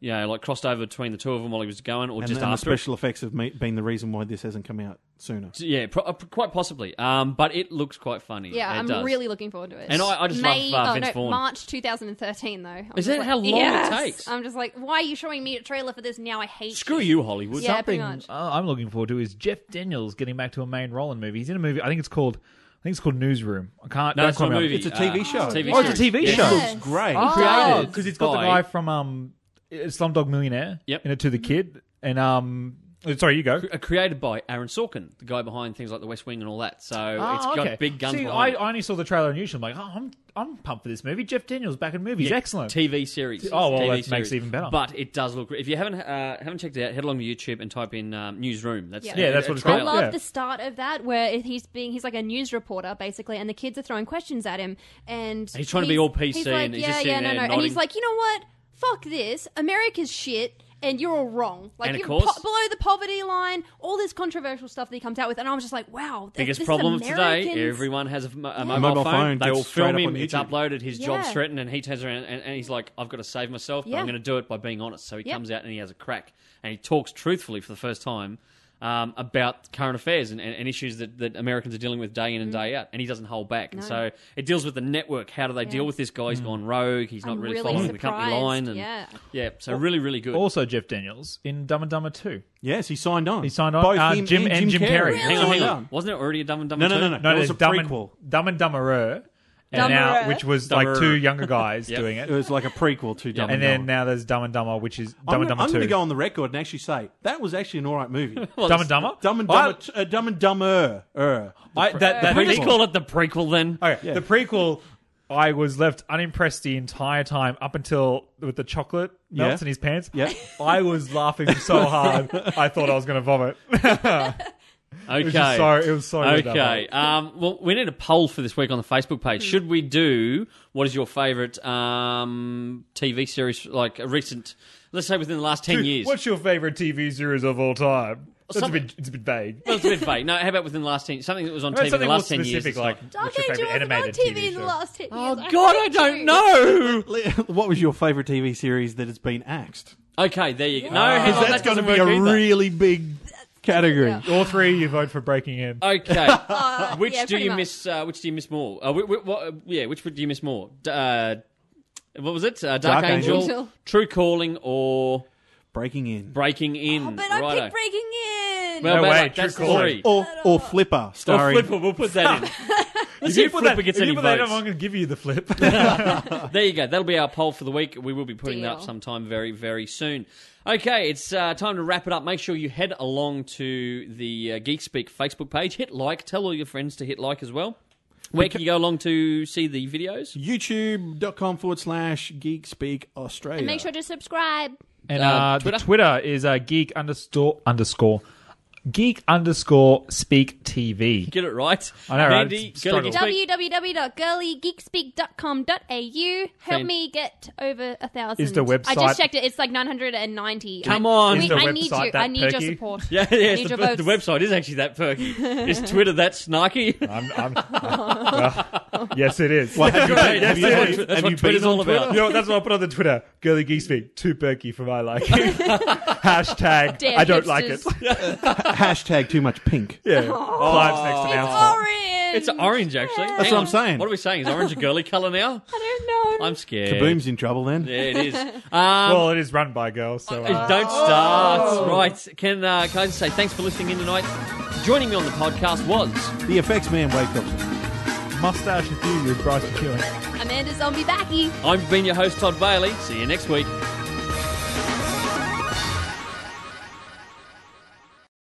Speaker 1: you know, like crossed over between the two of them while he was going, or
Speaker 4: And,
Speaker 1: just
Speaker 4: and the
Speaker 1: after. it.
Speaker 4: special effects have me- been the reason why this hasn't come out sooner.
Speaker 1: Yeah, pro- uh, quite possibly. Um, but it looks quite funny.
Speaker 3: Yeah,
Speaker 1: it
Speaker 3: I'm
Speaker 1: does.
Speaker 3: really looking forward to it.
Speaker 1: And I- I just
Speaker 3: May,
Speaker 1: love, uh,
Speaker 3: oh,
Speaker 1: Vince
Speaker 3: no,
Speaker 1: Vaughn.
Speaker 3: March 2013 though. I'm
Speaker 1: Is
Speaker 3: just
Speaker 1: that
Speaker 3: like,
Speaker 1: how long it
Speaker 3: yes!
Speaker 1: takes?
Speaker 3: I'm just like, why are you showing me a trailer for this now? I hate.
Speaker 1: Screw you, Hollywood.
Speaker 3: Yeah, pretty
Speaker 2: Something
Speaker 3: much.
Speaker 2: I- I'm looking forward to is Jeff Daniels getting back to a main role in a movie. He's in a movie. I think it's called. I think it's called Newsroom. I can't.
Speaker 1: No,
Speaker 2: don't
Speaker 1: it's not
Speaker 2: quote
Speaker 1: a
Speaker 2: me on it.
Speaker 1: movie.
Speaker 4: It's a TV
Speaker 1: Uh,
Speaker 4: show.
Speaker 1: TV
Speaker 2: Oh, it's a
Speaker 1: series.
Speaker 2: TV
Speaker 1: Yes.
Speaker 2: show.
Speaker 3: Yes.
Speaker 4: It looks great.
Speaker 3: Oh.
Speaker 1: Created
Speaker 2: because it's got the
Speaker 1: by-
Speaker 2: guy from um, Slumdog Millionaire.
Speaker 1: Yep.
Speaker 2: In it to the kid and um. Sorry, you go.
Speaker 1: uh, created by Aaron Sorkin, the guy behind things like The West Wing and all that. So it's
Speaker 2: Oh, okay.
Speaker 1: got big guns.
Speaker 2: See, I,
Speaker 1: behind it.
Speaker 2: I only saw the trailer and usually I'm like, oh, I'm I'm pumped for this movie. Jeff Daniels back in movies,
Speaker 1: Yeah,
Speaker 2: excellent.
Speaker 1: TV series.
Speaker 2: Oh, well,
Speaker 1: TV
Speaker 2: that makes it even better.
Speaker 1: But it does look. If you haven't uh, haven't checked it out, head along to YouTube and type in um, newsroom. That's
Speaker 3: Yeah.
Speaker 1: a-
Speaker 2: Yeah, that's
Speaker 1: a
Speaker 2: what it's
Speaker 1: trailer.
Speaker 3: I
Speaker 2: Yeah.
Speaker 3: love
Speaker 2: Yeah.
Speaker 3: the start of that where if he's being he's like a news reporter basically, and the kids are throwing questions at him, and
Speaker 1: He's trying to be all PC
Speaker 3: he's like,
Speaker 1: and he's
Speaker 3: yeah,
Speaker 1: just
Speaker 3: yeah,
Speaker 1: sitting
Speaker 3: no,
Speaker 1: there
Speaker 3: no, and
Speaker 1: nodding.
Speaker 3: he's like, you know what? Fuck this, America's shit. And you're all wrong. Like
Speaker 1: And of
Speaker 3: you're
Speaker 1: course-
Speaker 3: po- below the poverty line, all this controversial stuff that he comes out with, and I was just like, "Wow, th-
Speaker 1: Biggest
Speaker 3: this
Speaker 1: problem
Speaker 3: is
Speaker 1: today:
Speaker 3: Americans.
Speaker 1: everyone has a, m- a mobile,
Speaker 4: Mobile
Speaker 1: phone.
Speaker 4: phone
Speaker 1: They
Speaker 4: gets
Speaker 1: all
Speaker 4: straight
Speaker 1: film
Speaker 4: up
Speaker 1: him.
Speaker 4: on
Speaker 1: It's
Speaker 4: YouTube.
Speaker 1: uploaded. His job's
Speaker 3: Yeah.
Speaker 1: threatened, and he turns around and, and he's like, "I've got to save myself, but
Speaker 3: Yeah.
Speaker 1: I'm going to do it by being honest." So he
Speaker 3: Yeah.
Speaker 1: comes out and he has a crack, and he talks truthfully for the first time um, about current affairs and, and, and issues that, that Americans are dealing with day in and
Speaker 3: Mm.
Speaker 1: day out, and he doesn't hold back. And so it deals with the network. How do they deal with this guy?
Speaker 4: Mm.
Speaker 1: He's gone rogue. He's not
Speaker 3: I'm
Speaker 1: really,
Speaker 3: really
Speaker 1: following the company
Speaker 3: surprised,
Speaker 1: line. And
Speaker 3: yeah.
Speaker 1: yeah, so really, really good.
Speaker 2: Also, Jeff Daniels in Dumb and Dumber Two.
Speaker 4: Yes, he signed on.
Speaker 2: He signed on.
Speaker 4: Both
Speaker 2: Uh,
Speaker 4: him
Speaker 2: Jim
Speaker 4: and
Speaker 2: and Jim Carrey. Really?
Speaker 1: Hang on, hang
Speaker 4: Signed
Speaker 1: on.
Speaker 4: on.
Speaker 1: Wasn't it already a Dumb and Dumber?
Speaker 4: No, no,
Speaker 1: two?
Speaker 4: no, no.
Speaker 2: No,
Speaker 4: it was
Speaker 2: there's
Speaker 4: a
Speaker 2: Dumb
Speaker 4: prequel.
Speaker 2: and Dumb and Dumberer, and now
Speaker 3: Dumberer.
Speaker 2: which was like
Speaker 1: Dumberer.
Speaker 2: two younger guys
Speaker 1: Yep.
Speaker 2: doing it,
Speaker 4: It was like a prequel to Dumb
Speaker 2: and then now there's Dumb and Dumber, which is Dumb
Speaker 4: I'm,
Speaker 2: and
Speaker 4: gonna-
Speaker 2: Dumber
Speaker 4: I'm
Speaker 2: Two.
Speaker 4: going to go on the record and actually say that was actually an all right movie.
Speaker 2: Dumb and Dumber.
Speaker 4: Dumb and Dumber, t- uh, Dumb and Dumber. er.
Speaker 2: I, I, that, that
Speaker 1: We just
Speaker 2: prequel.
Speaker 1: call it the prequel then.
Speaker 2: Okay, the prequel. I was left unimpressed the entire time up until with the chocolate melts
Speaker 4: Yeah.
Speaker 2: in his pants.
Speaker 4: Yeah.
Speaker 2: I was laughing so hard I thought I was going to vomit.
Speaker 1: Okay.
Speaker 2: was just so- it was so good,
Speaker 1: okay. Um, well, we need a poll for this week on the Facebook page.
Speaker 3: Hmm.
Speaker 1: Should we do what is your favourite um, TV series, like a recent, let's say within the last 10 years?
Speaker 2: What's your favorite TV series of all time? That's a
Speaker 1: Something-
Speaker 2: bit, it's a bit vague.
Speaker 1: Well, it's a bit vague. No, how about within the last 10 Something that was on
Speaker 2: I mean,
Speaker 1: TV in the
Speaker 2: something more
Speaker 1: last 10 years.
Speaker 2: specific,
Speaker 1: it's
Speaker 2: like
Speaker 1: not-
Speaker 3: Dark
Speaker 2: what's your
Speaker 3: Angel
Speaker 2: favorite
Speaker 3: wasn't on
Speaker 2: animated
Speaker 3: TV,
Speaker 2: TV
Speaker 3: in the
Speaker 2: show?
Speaker 3: last 10
Speaker 1: Oh,
Speaker 3: years.
Speaker 1: God, I
Speaker 3: hate
Speaker 1: don't
Speaker 3: you.
Speaker 1: know.
Speaker 4: what was your favourite TV series that has been axed?
Speaker 1: Okay, there you go. No,
Speaker 2: Ah.
Speaker 1: hang on,
Speaker 4: Because
Speaker 2: Oh,
Speaker 4: that's
Speaker 1: that
Speaker 4: going to
Speaker 1: doesn't
Speaker 4: be a
Speaker 1: work either.
Speaker 4: really big category.
Speaker 3: Yeah.
Speaker 2: All three, you vote for breaking in.
Speaker 1: Okay.
Speaker 3: Uh,
Speaker 1: which
Speaker 3: yeah,
Speaker 1: do
Speaker 3: pretty
Speaker 1: you
Speaker 3: much.
Speaker 1: miss? Uh, which do you miss more? Uh, wh- wh- what, uh, yeah, which would you miss more? D- uh, what was it? Uh, Dark,
Speaker 4: Dark
Speaker 1: Angel,
Speaker 3: Angel.
Speaker 1: True Calling, or
Speaker 4: Breaking in.
Speaker 1: Breaking In?
Speaker 3: Oh, but I
Speaker 1: Righto.
Speaker 3: picked breaking
Speaker 1: Well,
Speaker 3: in.
Speaker 1: but,
Speaker 2: No way,
Speaker 1: like,
Speaker 2: True
Speaker 1: that's
Speaker 2: Calling.
Speaker 1: three.
Speaker 4: Or, or Flipper,
Speaker 1: Or
Speaker 4: starring.
Speaker 1: Flipper, we'll put that in. Let's see if Flipper gets
Speaker 2: if
Speaker 1: any
Speaker 2: you put that
Speaker 1: votes.
Speaker 2: in, I'm going to give you the flip.
Speaker 1: There you go. That'll be our poll for the week. We will be putting that up
Speaker 3: Deal.
Speaker 1: sometime very, very soon. Okay, it's uh, time to wrap it up. Make sure you head along to the uh, Geek Speak Facebook page. Hit like. Tell all your friends to hit like as well. Where can you go along to see the videos?
Speaker 4: YouTube.com forward slash Geek Speak Australia.
Speaker 3: And make sure to subscribe.
Speaker 2: and
Speaker 1: Uh,
Speaker 2: uh,
Speaker 1: Twitter?
Speaker 2: Twitter? The Twitter is uh, geek underscore underscore geek underscore speak TV.
Speaker 1: Get it right.
Speaker 2: I know, right?
Speaker 1: Andy,
Speaker 2: It's a
Speaker 1: Girly
Speaker 2: struggle.
Speaker 1: Geek Speak.
Speaker 3: www.girlygeekspeak.com.au. Help
Speaker 1: Fan-
Speaker 3: me get over a thousand.
Speaker 2: Is the
Speaker 3: I
Speaker 2: website-
Speaker 3: just checked it. It's like 990.
Speaker 1: Come
Speaker 3: I,
Speaker 1: on.
Speaker 3: we-
Speaker 2: Is the
Speaker 3: I need
Speaker 2: website
Speaker 3: you.
Speaker 2: that
Speaker 3: I need your
Speaker 2: perky?
Speaker 3: support.
Speaker 1: Yeah, yeah.
Speaker 3: Need
Speaker 1: it's The,
Speaker 3: your
Speaker 1: the
Speaker 3: votes.
Speaker 1: website is actually that perky. is Twitter that snarky?
Speaker 2: I'm, I'm, well, yes, it is.
Speaker 4: have you,
Speaker 1: Great,
Speaker 4: have
Speaker 1: that's
Speaker 4: you,
Speaker 1: what-
Speaker 4: have you,
Speaker 1: that's what
Speaker 4: been
Speaker 1: Twitter's
Speaker 4: on
Speaker 1: all
Speaker 4: Twitter?
Speaker 1: about.
Speaker 2: You know, what, that's what I put on the Twitter. Girly geek speak too perky for my liking. Hashtag
Speaker 3: Damn
Speaker 2: I don't like it.
Speaker 3: hipsters.
Speaker 4: Hashtag too much pink.
Speaker 2: Yeah, Clive's next announcement.
Speaker 3: Orange.
Speaker 1: It's orange, actually.
Speaker 3: Yeah.
Speaker 1: Hang
Speaker 4: what
Speaker 1: on.
Speaker 4: I'm saying.
Speaker 1: What are we saying? Is orange a girly colour now?
Speaker 3: I don't know.
Speaker 1: I'm scared.
Speaker 4: Boom's in trouble then.
Speaker 1: Yeah, it is. Um,
Speaker 2: Well, it is run by girls, so uh,
Speaker 1: Hey, Don't start. Right. Can, uh, can I just say thanks for listening in tonight? Joining me on the podcast was.
Speaker 4: The effects man wake up.
Speaker 2: mustache and you with Bryce McKeown.
Speaker 3: Amanda Zombie Backy.
Speaker 1: I've been your host, Todd Bailey. See you next week.